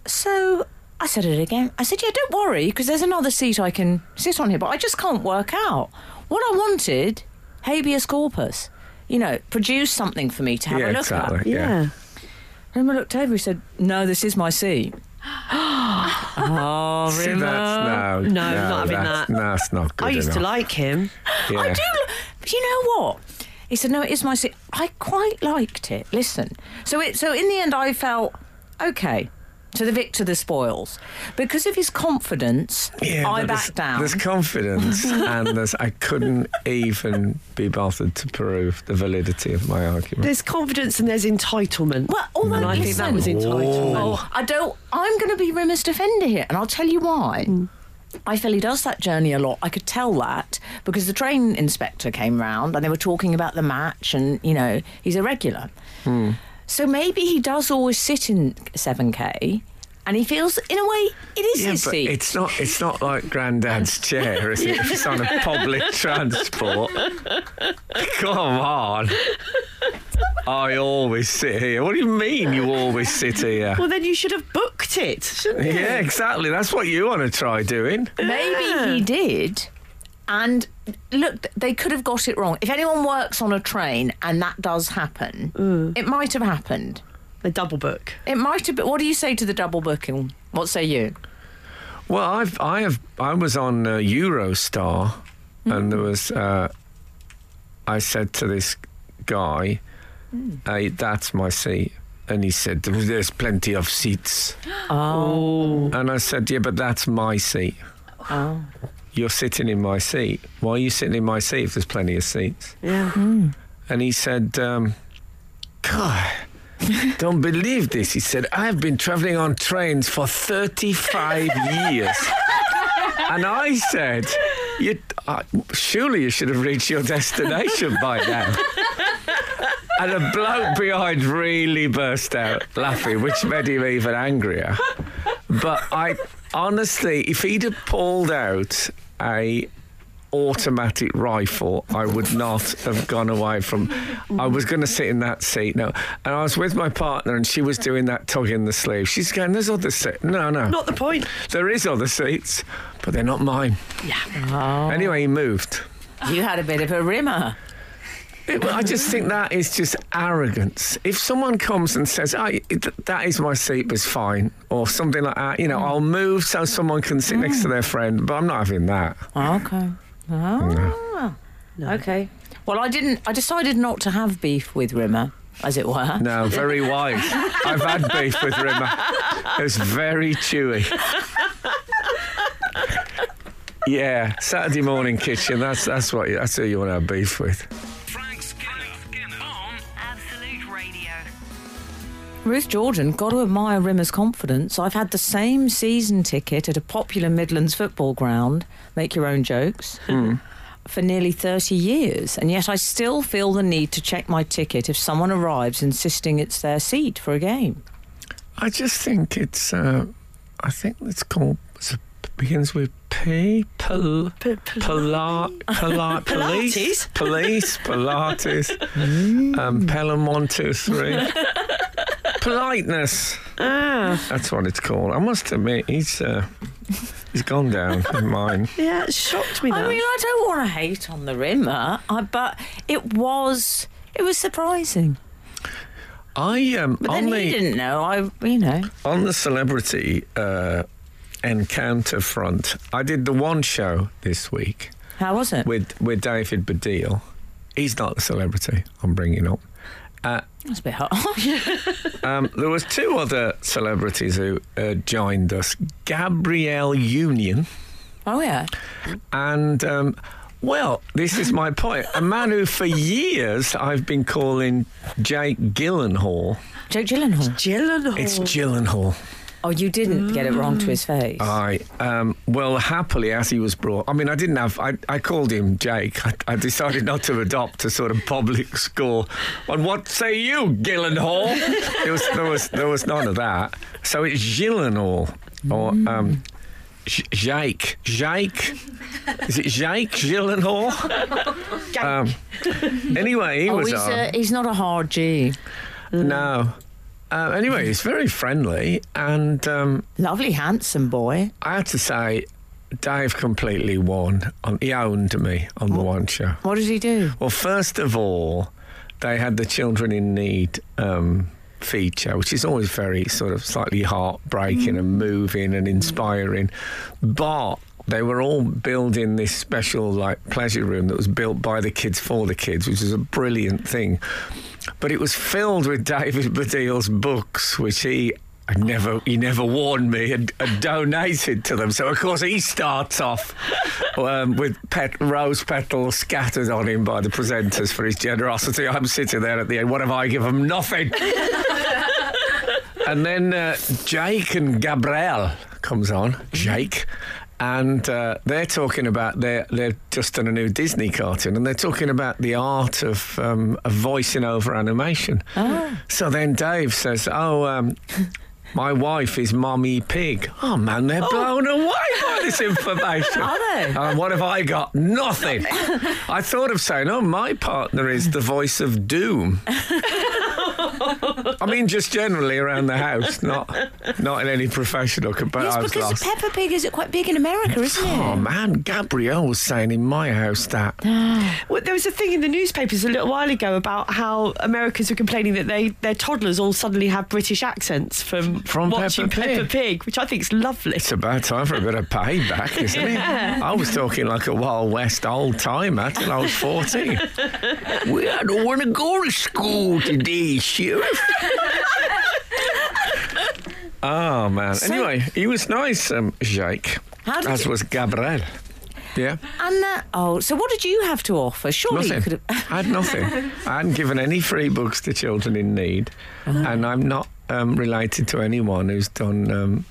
F: So I said it again. I said, yeah, don't worry, because there's another seat I can sit on here, but I just can't work out. What I wanted, habeas corpus. You know, produce something for me to have
C: yeah,
F: a look
C: exactly.
F: at.
C: Yeah.
E: Yeah.
F: Rimmer looked over, he said, no, this is my seat. oh,
C: See,
F: Rimmer.
C: that's, no,
E: No, not having
C: that's,
E: that.
C: No, that's not good
E: I used to
C: enough.
E: like him.
C: Yeah.
F: I do. li- But you know what? He said, "No, it is my seat." I quite liked it. Listen. So it. So in the end, I felt okay. To the victor, the spoils. Because of his confidence,
C: Yeah,
F: I
C: but there's-
F: backed down.
C: There's
E: *laughs*
C: confidence, and there's, I couldn't even be bothered to prove the validity of my argument.
E: There's confidence and there's entitlement.
F: well, although
E: and I
F: listen,
E: think that was entitlement.
F: Oh, I don't. I'm going to be Rimmer's defender here, and I'll tell you why. I feel he does that journey a lot. I could tell that because the train inspector came round and they were talking about the match, and you know he's a regular.
E: Hmm.
F: So maybe he does always sit in seven k, and he feels in a way it is
C: yeah,
F: his
C: but
F: seat.
C: it's not. It's not like
E: *laughs*
C: Grandad's chair, is it? If it's on a public transport. Come
E: *laughs*
C: on. I always sit here. What do you mean you always sit here?
E: Well, then you should have booked it, shouldn't you?
C: Yeah, exactly. That's what you want to try doing.
F: Maybe he did. And look, they could have got it wrong. If anyone works on a train and that does happen, it might have happened.
E: The double book.
F: It might have been. What do you say to the double booking? What say you?
C: Well, I've I have I was on uh, Eurostar, and there was uh, I said to this guy,
F: Hmm.
C: hey, "That's my seat," and he said, "There's plenty of seats,"
F: *gasps* Oh,
C: and I said, "Yeah, but that's my seat.
F: Oh.
C: You're sitting in my seat. Why are you sitting in my seat if there's plenty of seats?"
E: Yeah.
C: and he said, um, God, don't believe this. He said, I've been traveling on trains for 35
F: *laughs*
C: years. and I said, you, uh, surely you should have reached your destination by now. And a bloke behind really burst out laughing, which made him even angrier. But I honestly, if he'd have pulled out a automatic rifle, I would not have gone away from. I was going to sit in that seat. No, and I was with my partner, and she was doing that tug in the sleeve. She's going, "There's other seats." No, no,
E: Not the point.
C: there is other seats, but they're not mine. Yeah. Anyway, he moved.
F: You had a bit of a rimmer.
C: It- I just think that is just arrogance. If someone comes and says, oh, th- that is my seat, was fine, or something like that, you know, I'll move so someone can sit next to their friend, but I'm not having that.
F: Okay. Ah. Okay. Well, I didn't. I decided not to have beef with Rimmer, as it were.
C: No, very wise. I've had beef with Rimmer. It's very chewy. Yeah, Saturday morning kitchen. That's that's what you, that's who you want to have beef with.
A: Frank Skinner, on
B: Absolute Radio.
F: Ruth Jordan, got to admire Rimmer's confidence. I've had the same season ticket at a popular Midlands football ground, make your own jokes, for nearly 30 years. And yet I still feel the need to check my ticket if someone arrives insisting it's their seat for a game.
C: I just think it's. Uh, I think it's called. It begins with P. Pol,
E: P-
C: polar, polar, police.
E: Pilates.
C: Police. Pilates. um, Pelham one two three. Politeness.
E: Ah,
C: That's what it's called. I must admit, he's uh, he's gone down in mine.
E: yeah, it shocked me. That.
F: I mean, I don't want to hate on the Rimmer, I, but it was it was surprising.
C: I um
F: But
C: on
F: then he
C: the
F: didn't know. I, you know,
C: on the celebrity uh, encounter front, I did the one show this week.
F: how was it?
C: with with David Baddiel. He's not the celebrity I'm bringing up. Uh,
F: That's a bit hard. *laughs*
C: um, there was two other celebrities who uh, joined us: Gabrielle Union
F: oh yeah.
C: and. Um, well, this is my point. A man who, for years, I've been calling Jake Gyllenhaal.
F: Jake Gyllenhaal.
E: Gyllenhaal.
C: It's Gyllenhaal.
F: Oh, you didn't get it wrong to his face.
C: I um, well, happily as he was brought. I mean, I didn't have. I, I called him Jake. I, I decided not to adopt a sort of public *laughs* school. And what say you, Gyllenhaal? there was there was there was none of that. So it's Gyllenhaal or um, J- Jake. Jake. Is it Jake Gyllenhaal? Um, anyway, he
F: oh,
C: was um,
F: he's,
C: on.
F: a, he's not a hard G.
C: no. Uh, anyway, he's very friendly and. Um,
F: Lovely, handsome boy.
C: I had to say, Dave completely won. On, he owned me on the one show.
F: What did he do?
C: Well, first of all, they had the Children in Need um, feature, which is always very sort of slightly heartbreaking and moving and inspiring. But they were all building this special like pleasure room that was built by the kids for the kids, which is a brilliant thing. But it was filled with *laughs* David Baddiel's books, which he I never he never warned me and, and donated to them. So of course he starts off um, with pet, rose petals scattered on him by the presenters for his generosity. I'm sitting there at the end. What have I give him? Nothing. and then uh, Jake and Gabrielle comes on. Jake. And uh, they're talking about they're they've just done a new Disney cartoon, and they're talking about the art of, um, of voicing over animation.
F: Ah.
C: So then Dave says, "Oh, um, my wife is Mummy Pig." Oh man, they're blown away by this information.
F: *laughs* Are they?
C: And what have I got?
F: *laughs*
C: Nothing. I thought of saying, "Oh, my partner is the voice of doom." I mean, just generally around the house, not not in any professional capacity. I was lost.
F: Peppa Pig is quite big in America, isn't
C: Oh man, Gabrielle was saying in my house that
E: Well, there was a thing in the newspapers a little while ago about how Americans were complaining that they their toddlers all suddenly have British accents from,
C: From
E: watching
C: Peppa
E: Peppa
C: Pig.
E: Pig. which I think is lovely.
C: It's about time for a bit of payback, isn't it? I was talking like a Wild West old timer till I was 14. we, I don't want to go to school today, Sheriff. oh, man. anyway, he was nice, um, Jake,
F: How did
C: as
F: you-
C: was Gabrielle. Yeah,
F: And that. Oh, so what did you have to offer? Surely Oh, you
C: nothing.
F: could
C: I
F: have. *laughs*
C: had nothing. I hadn't given any free books to children
F: Oh.
C: in need, and I'm not um, related to anyone who's done um,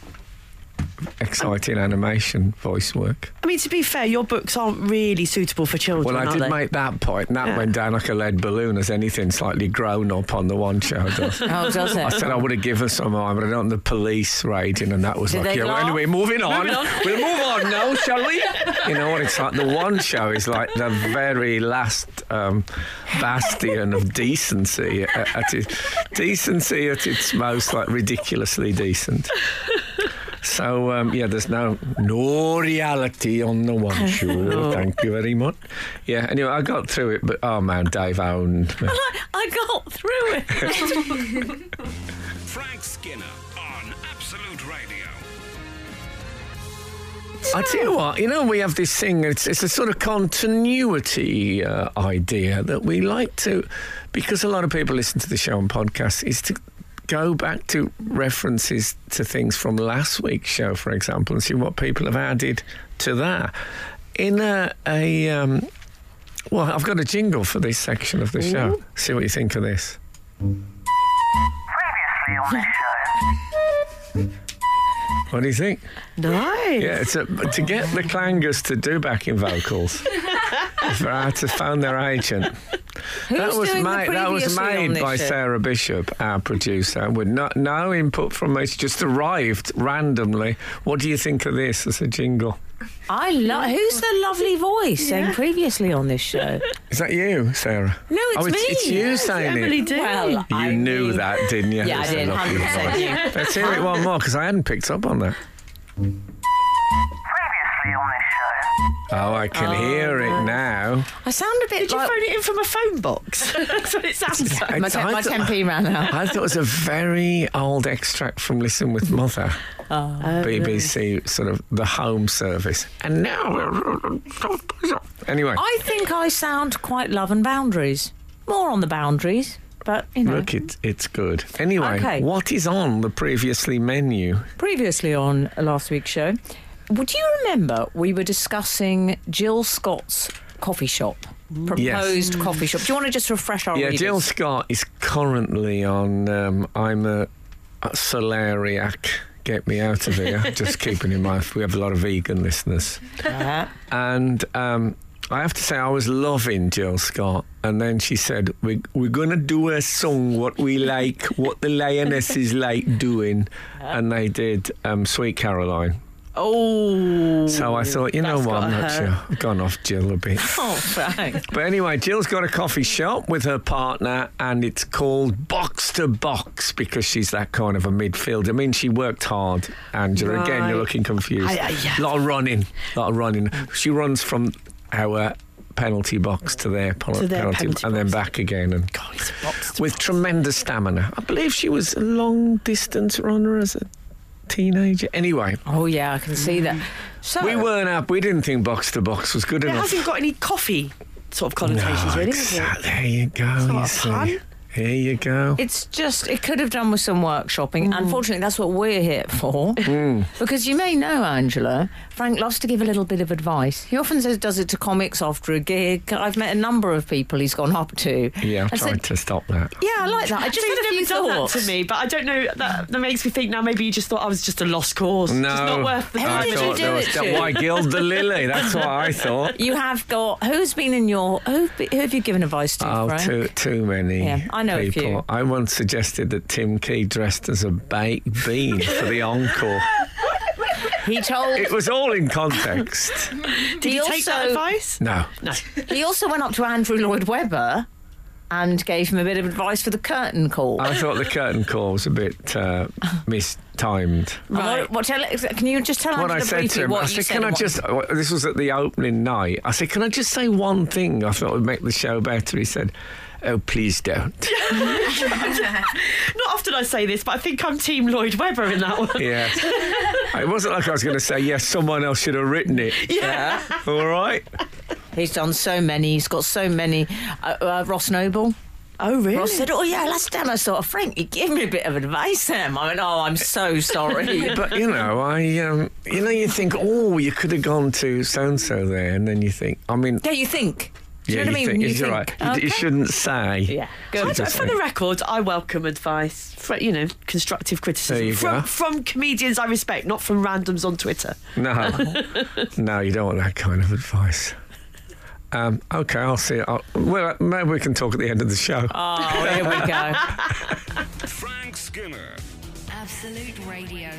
C: exciting animation voice work.
E: I mean, to be fair, your books aren't really suitable for children.
C: Well, I
E: are
C: did
E: they?
C: make that point, and that
E: Yeah.
C: went down like a lead balloon as anything slightly grown up on the one show does.
F: Oh, does
C: *laughs* I
F: it?
C: said I would have given some of mine, but I don't want the police raiding, and that was
F: Did
C: like,
F: they
C: yeah, well,
F: laugh?
C: anyway, moving on. *laughs* We'll move on now, shall we? You know what? It's like the one show is like the very last um, bastion of decency. At, at it, decency at its most, like ridiculously decent. So, um, yeah, there's no, no reality on the
F: *laughs*
C: one show. Thank you very much. Yeah, anyway, I got through it, but oh man, Dave owned me.
G: I got through it.
A: Frank Skinner on Absolute Radio.
C: I tell you what, you know, we have this thing, it's, it's a sort of continuity uh, idea that we like to, because a lot of people listen to the show on podcasts, is to go back to references to things from last week's show, for example, and see what people have added to that. In a, a um, well, I've got a jingle for this section of the show. See what you think of this.
B: Previously on the show.
C: What do you think?
E: Nice.
C: Yeah, it's a, to get the clangers to do backing
F: *laughs*
C: vocals. if I had to phone their agent. that was
F: doing the
C: made, that was
F: previously on
C: made
F: this
C: by
F: show?
C: Sarah Bishop, our producer, with no, no input from me. She just arrived randomly. What do you think of this as a jingle?
F: I love. Who's the lovely voice saying previously on this show?
C: Is that you, Sarah?
F: No, it's
C: oh, it's,
F: me.
C: It's you saying
E: Emily
C: it.
E: D.
F: Well,
C: You
F: I
C: knew
F: mean-
C: that, didn't you?
F: Yeah, I
C: It's a
F: did. *laughs*
C: lovely
F: 100%
C: voice.
F: knew.
C: Let's hear it one more because I hadn't picked up on that.
B: Previously on the show.
C: Oh, I can hear it now.
F: I sound a bit
E: Did you
F: like
E: phone it in from a phone box? *laughs* That's what it sounds like.
F: my,
C: It's-
F: te-
C: I
F: my
C: thought-
F: 10p ran out.
C: I thought it was a very old extract from Listen with Mother,
F: Oh,
C: BBC, sort of the home service. And now, anyway,
F: I think I sound quite love and boundaries. More on the boundaries, but you know.
C: look, it's it's good. Anyway,
F: Okay.
C: what is on the previously menu?
F: Previously on last week's show, would you remember we were discussing Jill Scott's coffee shop? Proposed coffee shop. Do you want to just refresh our
C: yeah,
F: readers?
C: Jill Scott is currently on. Um, I'm a, a celeriac. Get me out of here. Just keeping in mind, we have a lot of vegan listeners.
F: Yeah.
C: and um, I have to say I was loving Jill Scott. And then she said, we, "We're going to do a song what we like, what the lionesses like doing," and they did um, "Sweet Caroline."
E: Oh.
C: So I thought, you know
E: that's
C: what, I'm
E: gotta
C: not
E: hurt.
C: sure. I've gone off Jill a
E: *laughs*
C: bit.
F: Oh, thanks.
C: But anyway, Jill's got a coffee shop with her partner, and it's called Box to Box because she's that kind of a midfielder. I mean, she worked hard, Angela. Again, you're
E: Right.
C: looking confused.
E: Aye, aye, yeah.
C: lot of running, lot of running. She runs from our penalty box to their, pol-
E: To their penalty
C: and then
E: box.
C: back again, and
E: God, it's a
C: *laughs*
E: box.
C: with tremendous stamina. I believe she was a long distance runner as a teenager. Anyway.
F: Oh, yeah, I can see that. So,
C: We weren't up. We didn't think box to box was good
E: It
C: enough.
E: hasn't got any coffee sort of
C: No,
E: connotations, really, has it?
C: exactly. There you go.
E: not
C: you
E: a
C: see.
E: pun.
C: Here you go.
F: It's just, it could have done with some workshopping.
E: Mm.
F: Unfortunately, that's what we're here
E: *laughs*
F: for. Because you may know, Angela, Frank loves to give a little bit of advice. He often says, does it to comics after a gig. I've met a number of people he's gone up to.
C: Yeah, I've
F: and said,
C: tried to stop that.
F: Yeah, I like that. I just
E: Actually,
F: had a few
E: he's never done
F: thoughts.
E: that to me, but I don't know. That, that makes me think now. Maybe you just thought I was just a lost cause.
C: No,
E: it's not worth the
F: Who
C: I
E: time.
F: did you
C: thought
F: do
C: there
F: it
C: was
F: to?
C: why gild the lily. That's what I
E: *laughs*
C: thought.
F: You have got who's been in your who, who have you given advice to?
C: Oh,
F: Frank?
C: too too many.
F: Yeah, I know a few.
C: people. I once suggested that Tim Key dressed as a baked bean for the encore.
F: He told.
C: It was all in context.
E: Did
F: he
E: you take that
F: also
E: advice?
C: No,
E: No. *laughs*
F: he also went up to Andrew Lloyd Webber and gave him a bit of advice for the curtain call.
C: I thought the curtain call was a bit uh, mistimed.
F: Right. What, what, tell, can you just tell
C: what I
F: Angela
C: said
F: briefly
C: to him,
F: what
C: I
F: you
C: said,
F: said
C: "Can I
F: and what-
C: just?" uh, This was at the opening night. I said, "Can I just say one thing? I thought would make the show better." He said, "Oh, please don't."
F: *laughs*
E: Not often I say this, but I think I'm Team Lloyd Webber in
C: *laughs*
E: that one.
C: Yeah, it wasn't like I was going to say, "Yes, someone else should have written it."
E: Yeah.
F: *laughs*
C: All right.
F: He's done so many. He's got so many. Uh, uh, Ross Noble.
E: Oh, really?
F: Ross said, "Oh yeah, last time I saw Frank, he gave me a bit of advice." Sam, I went, "Oh, I'm so *laughs* sorry."
C: But you know, I, um, you know, you think, oh, you could have gone to so and so there, and then you think, I mean,
F: yeah, you think. Do
C: yeah,
F: you know what I
C: you
F: mean?
C: think,
F: You
C: you're right.
F: think,
C: You- You
F: okay.
C: shouldn't say.
F: Yeah.
C: Good.
E: I don't- for the record, I welcome advice, for, you know, constructive criticism
C: There you
E: from
C: go.
E: from comedians I respect, not from randoms on Twitter.
C: No,
F: *laughs*
C: no, you don't want that kind of advice. Um, okay, I'll see. I'll, well, uh, maybe we can talk at the end of the show.
F: Oh, here we
C: *laughs*
F: go.
A: Frank Skinner.
H: Absolute Radio.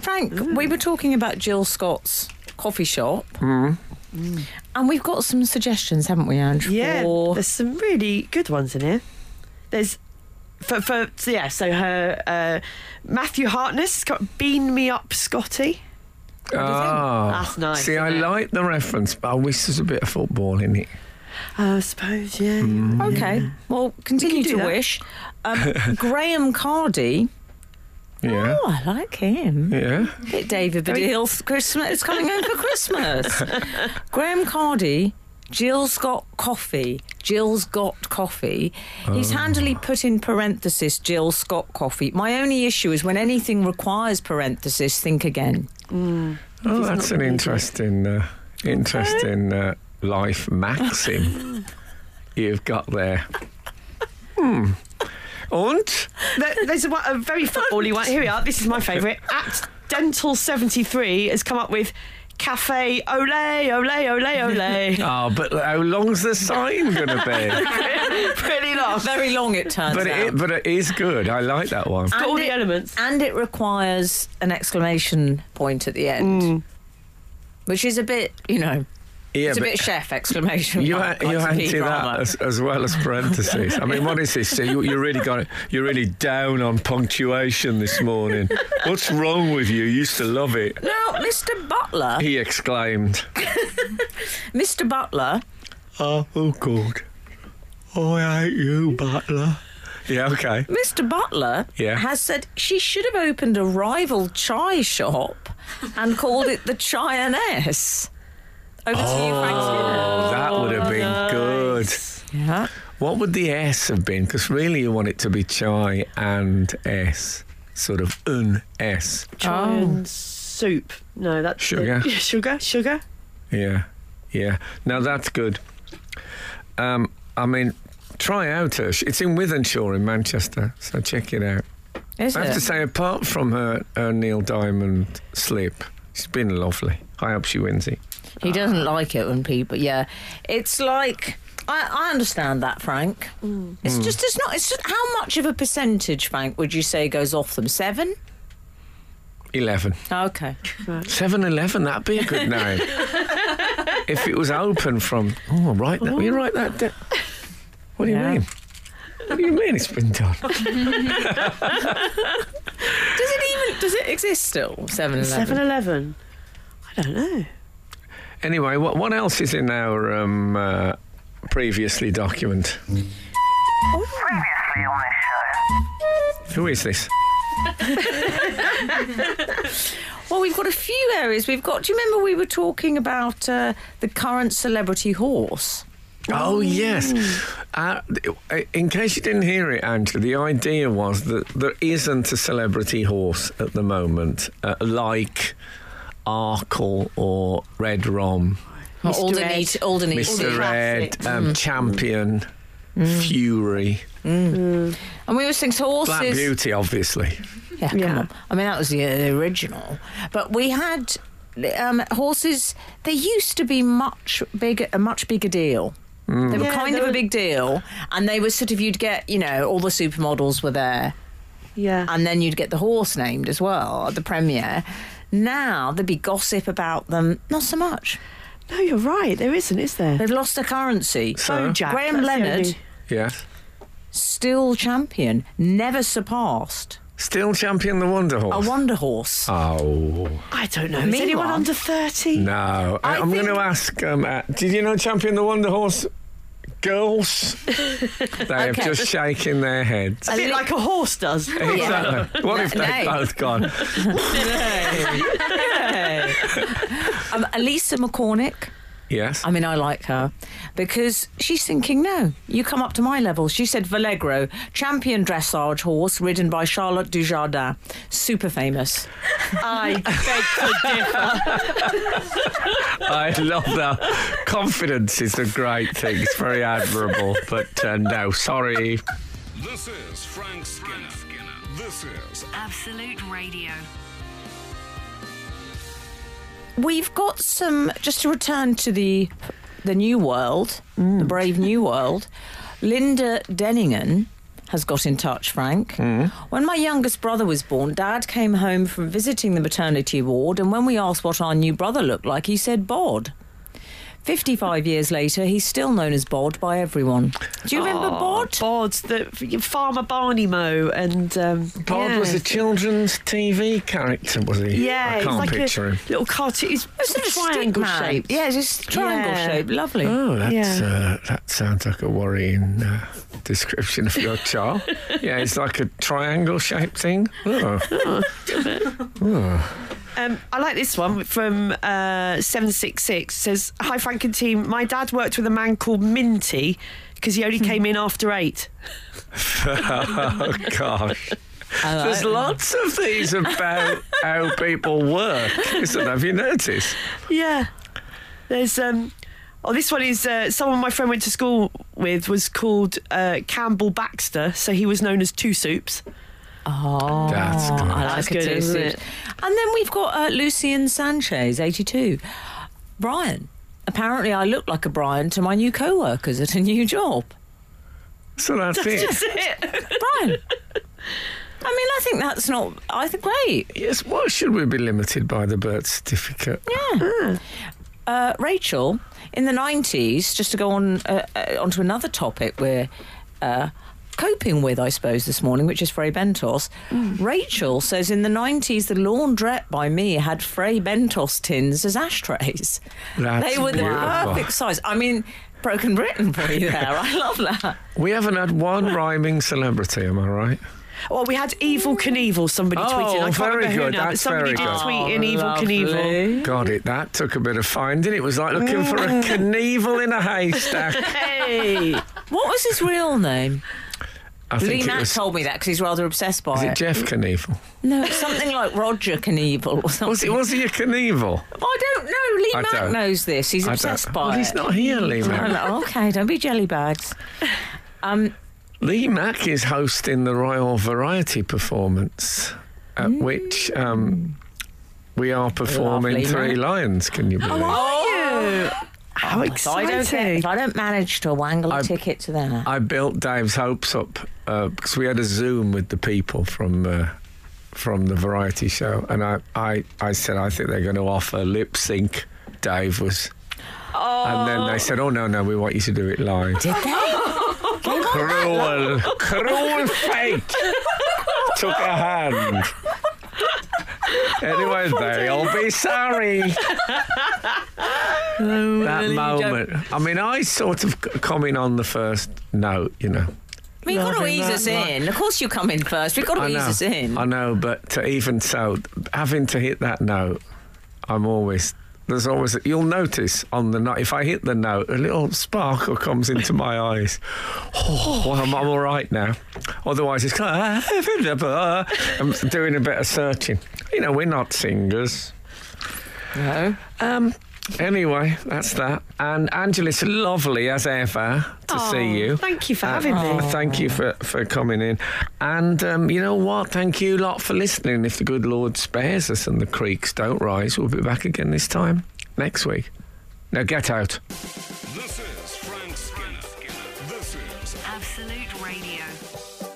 F: Frank, we were talking about Jill Scott's coffee shop.
C: Hmm.
F: Mm. And we've got some suggestions, haven't we, Andrew? for-
E: there's some really good ones in here. There's for for so yeah. So her uh, Matthew Hartness has got "Bean Me Up, Scotty."
C: Oh,
E: That's nice,
C: See, I
E: isn't it?
C: like the reference, but I wish there's a bit of football in it.
E: I suppose yeah.
F: Hmm. Okay.
C: Mm-hmm.
F: Well, continue
E: do
F: to
E: that.
F: wish.
C: *laughs*
F: Um, Graham Cardy.
C: Yeah,
F: Oh, I like him.
C: yeah.
F: Bit David Baddiel's Christmas. It's coming home
C: *laughs*
F: for Christmas. Graham Cardy, Jill's got coffee. Jill's got coffee. He's
C: Oh.
F: handily put in parenthesis, Jill Scott coffee. My only issue is when anything requires parenthesis, think again.
C: Oh, that's an interesting, uh, interesting uh, life
F: *laughs*
C: maxim you've got there. Hmm. And
E: There- there's a, one- a very *laughs* footbally one. Here we are. This is my favourite. At Dental seventy three has come up with cafe ole ole ole ole. *laughs*
C: oh, but how long's the sign going to
F: *laughs*
C: be?
E: Pretty long.
F: Very long it turns
C: Oh, but
F: out.
C: it, but it is good. I like that one.
E: Got all
F: And
E: the
F: it-
E: elements.
F: and it requires an exclamation point at the end. Which is a bit, you know,
C: Mm. Yeah,
F: it's a
C: but-
F: bit chef exclamation. *laughs*
C: You, ha-
F: mark,
C: you
F: like TV
C: anti that
F: drama.
C: as, as well as parentheses. I mean, what is this? So you, you really got it. You're really down on punctuation this morning. What's wrong with you? You used to love it.
F: Now, Mr. Butler,
C: He exclaimed.
F: Mr. Butler,
C: Oh, oh God. Oh, I hate you, Butler. Yeah, okay.
F: Mr. Butler
C: Yeah.
F: has said she should have opened a rival chai shop and called it the Chioness. Over to you, Frank Skinner.
C: Oh, that would have been good.
F: Yeah.
C: What would the S have been? Because really, you want it to be chai and S, sort of un S.
E: Try and Oh. soup. No, that's
C: Sugar.
E: Yeah, *laughs* sugar, sugar.
C: Yeah, yeah. Now that's good. Um, I mean, try out her. sh- It's in Withenshaw in Manchester, so check it out.
F: Is
C: I have
F: it?
C: to say, apart from her, her Neil Diamond slip, she's been lovely. I hope she wins it.
F: He doesn't like it when people. Yeah, it's like I, I understand that, Frank.
C: Mm.
F: It's just it's not. It's just how much of a percentage, Frank, would you say goes off them? Seven.
C: 11.
F: Okay.
C: 7 11, that'd be a good name. if it was open from. Oh, right. That, will you write that down? What do
F: Yeah.
C: you mean? What do you mean it's been done?
F: Does it even does it exist still? Seven.
E: Seven Eleven. I don't know.
C: Anyway, what, what else is in our um, uh, previously document?
B: Previously on this show.
C: Who is this?
F: Well, we've got a few areas. We've got. Do you remember we were talking about uh, the current celebrity horse?
C: Oh, yes. Uh, in case you didn't hear it, Angela, the idea was that there isn't a celebrity horse at the moment, uh, like Arkle or Red Rom,
E: Mr.
F: Alden
E: Ed.
F: Eat- Alden Eat- Alden
C: Mr.
F: Eat.
C: Red, um, Champion, Fury,
F: And we were saying so
C: Black
F: horses.
C: Beauty, obviously.
F: Yeah, come
E: Yeah.
F: on. I mean, that was the, the original. But we had um, horses. They used to be much bigger, a much bigger deal. They were
E: Yeah,
F: kind
E: they
F: of a
E: were-
F: big deal, and they were sort of you'd get, you know, all the supermodels were there,
E: Yeah.
F: and then you'd get the horse named as well at the premiere. Now there'd be gossip about them, not so much.
E: no, you're right. There isn't, is there?
F: They've lost their currency.
C: So,
E: Bojack,
F: Graham
E: that's the
F: Leonard,
E: only-
C: yes.
F: still champion, never surpassed.
C: Still Champion the Wonder
F: A
C: Horse.
F: wonder horse.
C: oh.
E: I don't know. Is anyone
F: Meanwhile-
E: under thirty?
C: No, I,
F: I
C: I'm going
F: think-
C: to ask. Um, uh, did you know Champion the Wonder Horse girls? they are
F: Okay.
C: just shaking their heads.
E: A bit like a
C: *laughs*
E: horse does.
C: Exactly. What if
F: No.
C: they've both gone?
F: um, Elisa McCormick.
C: Yes.
F: I mean, I like her because she's thinking, no, you come up to my level. She said Vallegro, champion dressage horse ridden by Charlotte Dujardin, super famous.
E: I
C: I love that. Confidence is a great thing. It's very admirable. But uh, no, sorry.
A: This is Frank Skinner. This is
H: Absolute Radio.
F: We've got some. Just to return to the the new world, the
E: Mm.
F: brave new world. Linda Denningen has got in touch, Frank.
E: Mm.
F: When my youngest brother was born, Dad came home from visiting the maternity ward, and when we asked what our new brother looked like, he said Bod. 55 years later, he's still known as Bod by everyone. Do you remember Bod?
E: Bod, the Farmer Barney Mo, and um,
C: Bob
E: yeah.
C: was a children's TV character, was he?
E: yeah,
C: I
E: it's
C: can't
E: like
C: picture
E: a
C: him.
E: little cartoon. It's
F: It's sort of
E: triangle
F: stick man.
E: shaped.
F: Yeah, it's just triangle
E: Yeah.
F: shape. Lovely.
C: Oh, that's,
E: Yeah.
C: uh, that sounds like a worrying uh, description of your child. yeah, it's like a triangle shaped thing. Oh.
E: Um, I like this one from uh, 766. says, Hi, Frank and team. My dad worked with a man called Minty because he only came in after eight.
C: oh, gosh. There's
F: Uh,
C: lots of these about how people work, isn't there? Have you noticed?
E: Yeah. There's, um, oh, this one is uh, someone my friend went to school with was called uh, Campbell Baxter. So he was known as Two Soups.
F: Oh,
C: That's good.
F: I like
E: That's
F: a
E: good,
F: two
E: isn't
F: suit.
E: it?
F: And then we've got uh, Lucian Sanchez, 82. Brian. Apparently, I look like a Brian to my new co workers at a new job.
C: So that's, it.
E: *laughs*
F: Brian. I mean, I think that's not, I think great.
C: Yes, why should we be limited by the birth certificate?
F: Uh, Rachel, in the 90s, just to go on uh, uh, onto another topic we're uh, coping with, I suppose, this morning, which is Frey Bentos.
E: Mm.
F: Rachel says in the 90s, the laundrette by me had Frey Bentos tins as ashtrays.
C: That's
F: they were the
C: beautiful.
F: perfect size. I mean, Broken Britain for you there. I love that.
C: We haven't had one rhyming celebrity, am I right?
E: Well, we had Evil Knievel, somebody
C: Oh,
E: tweeted. I can't
C: very
E: remember
C: good.
E: who now, but
C: That's
E: somebody
C: very
E: did
C: good.
E: tweet in Evil Knievel.
F: Lovely.
C: Got it. That took a bit of finding. It was like looking for a Knievel in a haystack. *laughs* Oh,
E: Hey!
F: What was his real name?
C: I
F: Lee
C: think it
F: Mack
C: was.
F: told me that because he's rather obsessed by
C: Is
F: it.
C: it Jeff Knievel?
F: no, it's something like Roger Knievel or something.
C: Was it? Was he a Knievel?
F: Oh, I don't know. Lee
C: I
F: Mack
C: don't.
F: knows this. He's obsessed
C: I don't-
F: by
C: well,
F: it.
C: he's not here, Lee
F: Oh,
C: Mack.
F: no, okay, don't be jelly bags. Um,
C: Lee Mack is hosting the Royal Variety Performance, at which um, we are performing
F: Lee Oh,
C: Three
F: Mack.
C: Lions. Can you believe?
E: How
F: so I don't get,
E: exciting!
F: if I don't manage to wangle a
C: I-
F: ticket to that.
C: I built Dave's hopes up uh, because we had a Zoom with the people from uh, from the variety show, and I, I, I said I think they're going to offer lip sync. Dave was, and then they said, "Oh no, no, we want you to do it live."
F: Did they?
C: cruel, cruel fate took a hand.
F: Oh,
C: Anyway, they'll be sorry. that moment. I mean, I sort of c- come in on the first note, you know.
F: I mean, you've got to ease us in. Of course, you come in first. We've got to
C: I
F: ease us in.
C: know, I know, but uh, even so, having to hit that note, I'm always there's always you'll notice on the note if I hit the note, a little sparkle comes into my eyes. Oh, well, I'm, I'm all right now. Otherwise, it's kind of *laughs* I'm doing a bit of searching. You know, we're not singers.
F: No.
C: Um. Anyway, that's that. And Angela, it's lovely as ever to
E: Oh,
C: see you.
E: Thank you for
C: Uh,
E: having me.
C: Thank you for, for coming in. And um, you know what? Thank you lot for listening. If the good Lord spares us and the creeks don't rise, we'll be back again this time next week. Now get out.
A: This is Frank Skinner. This is
H: Absolute Radio.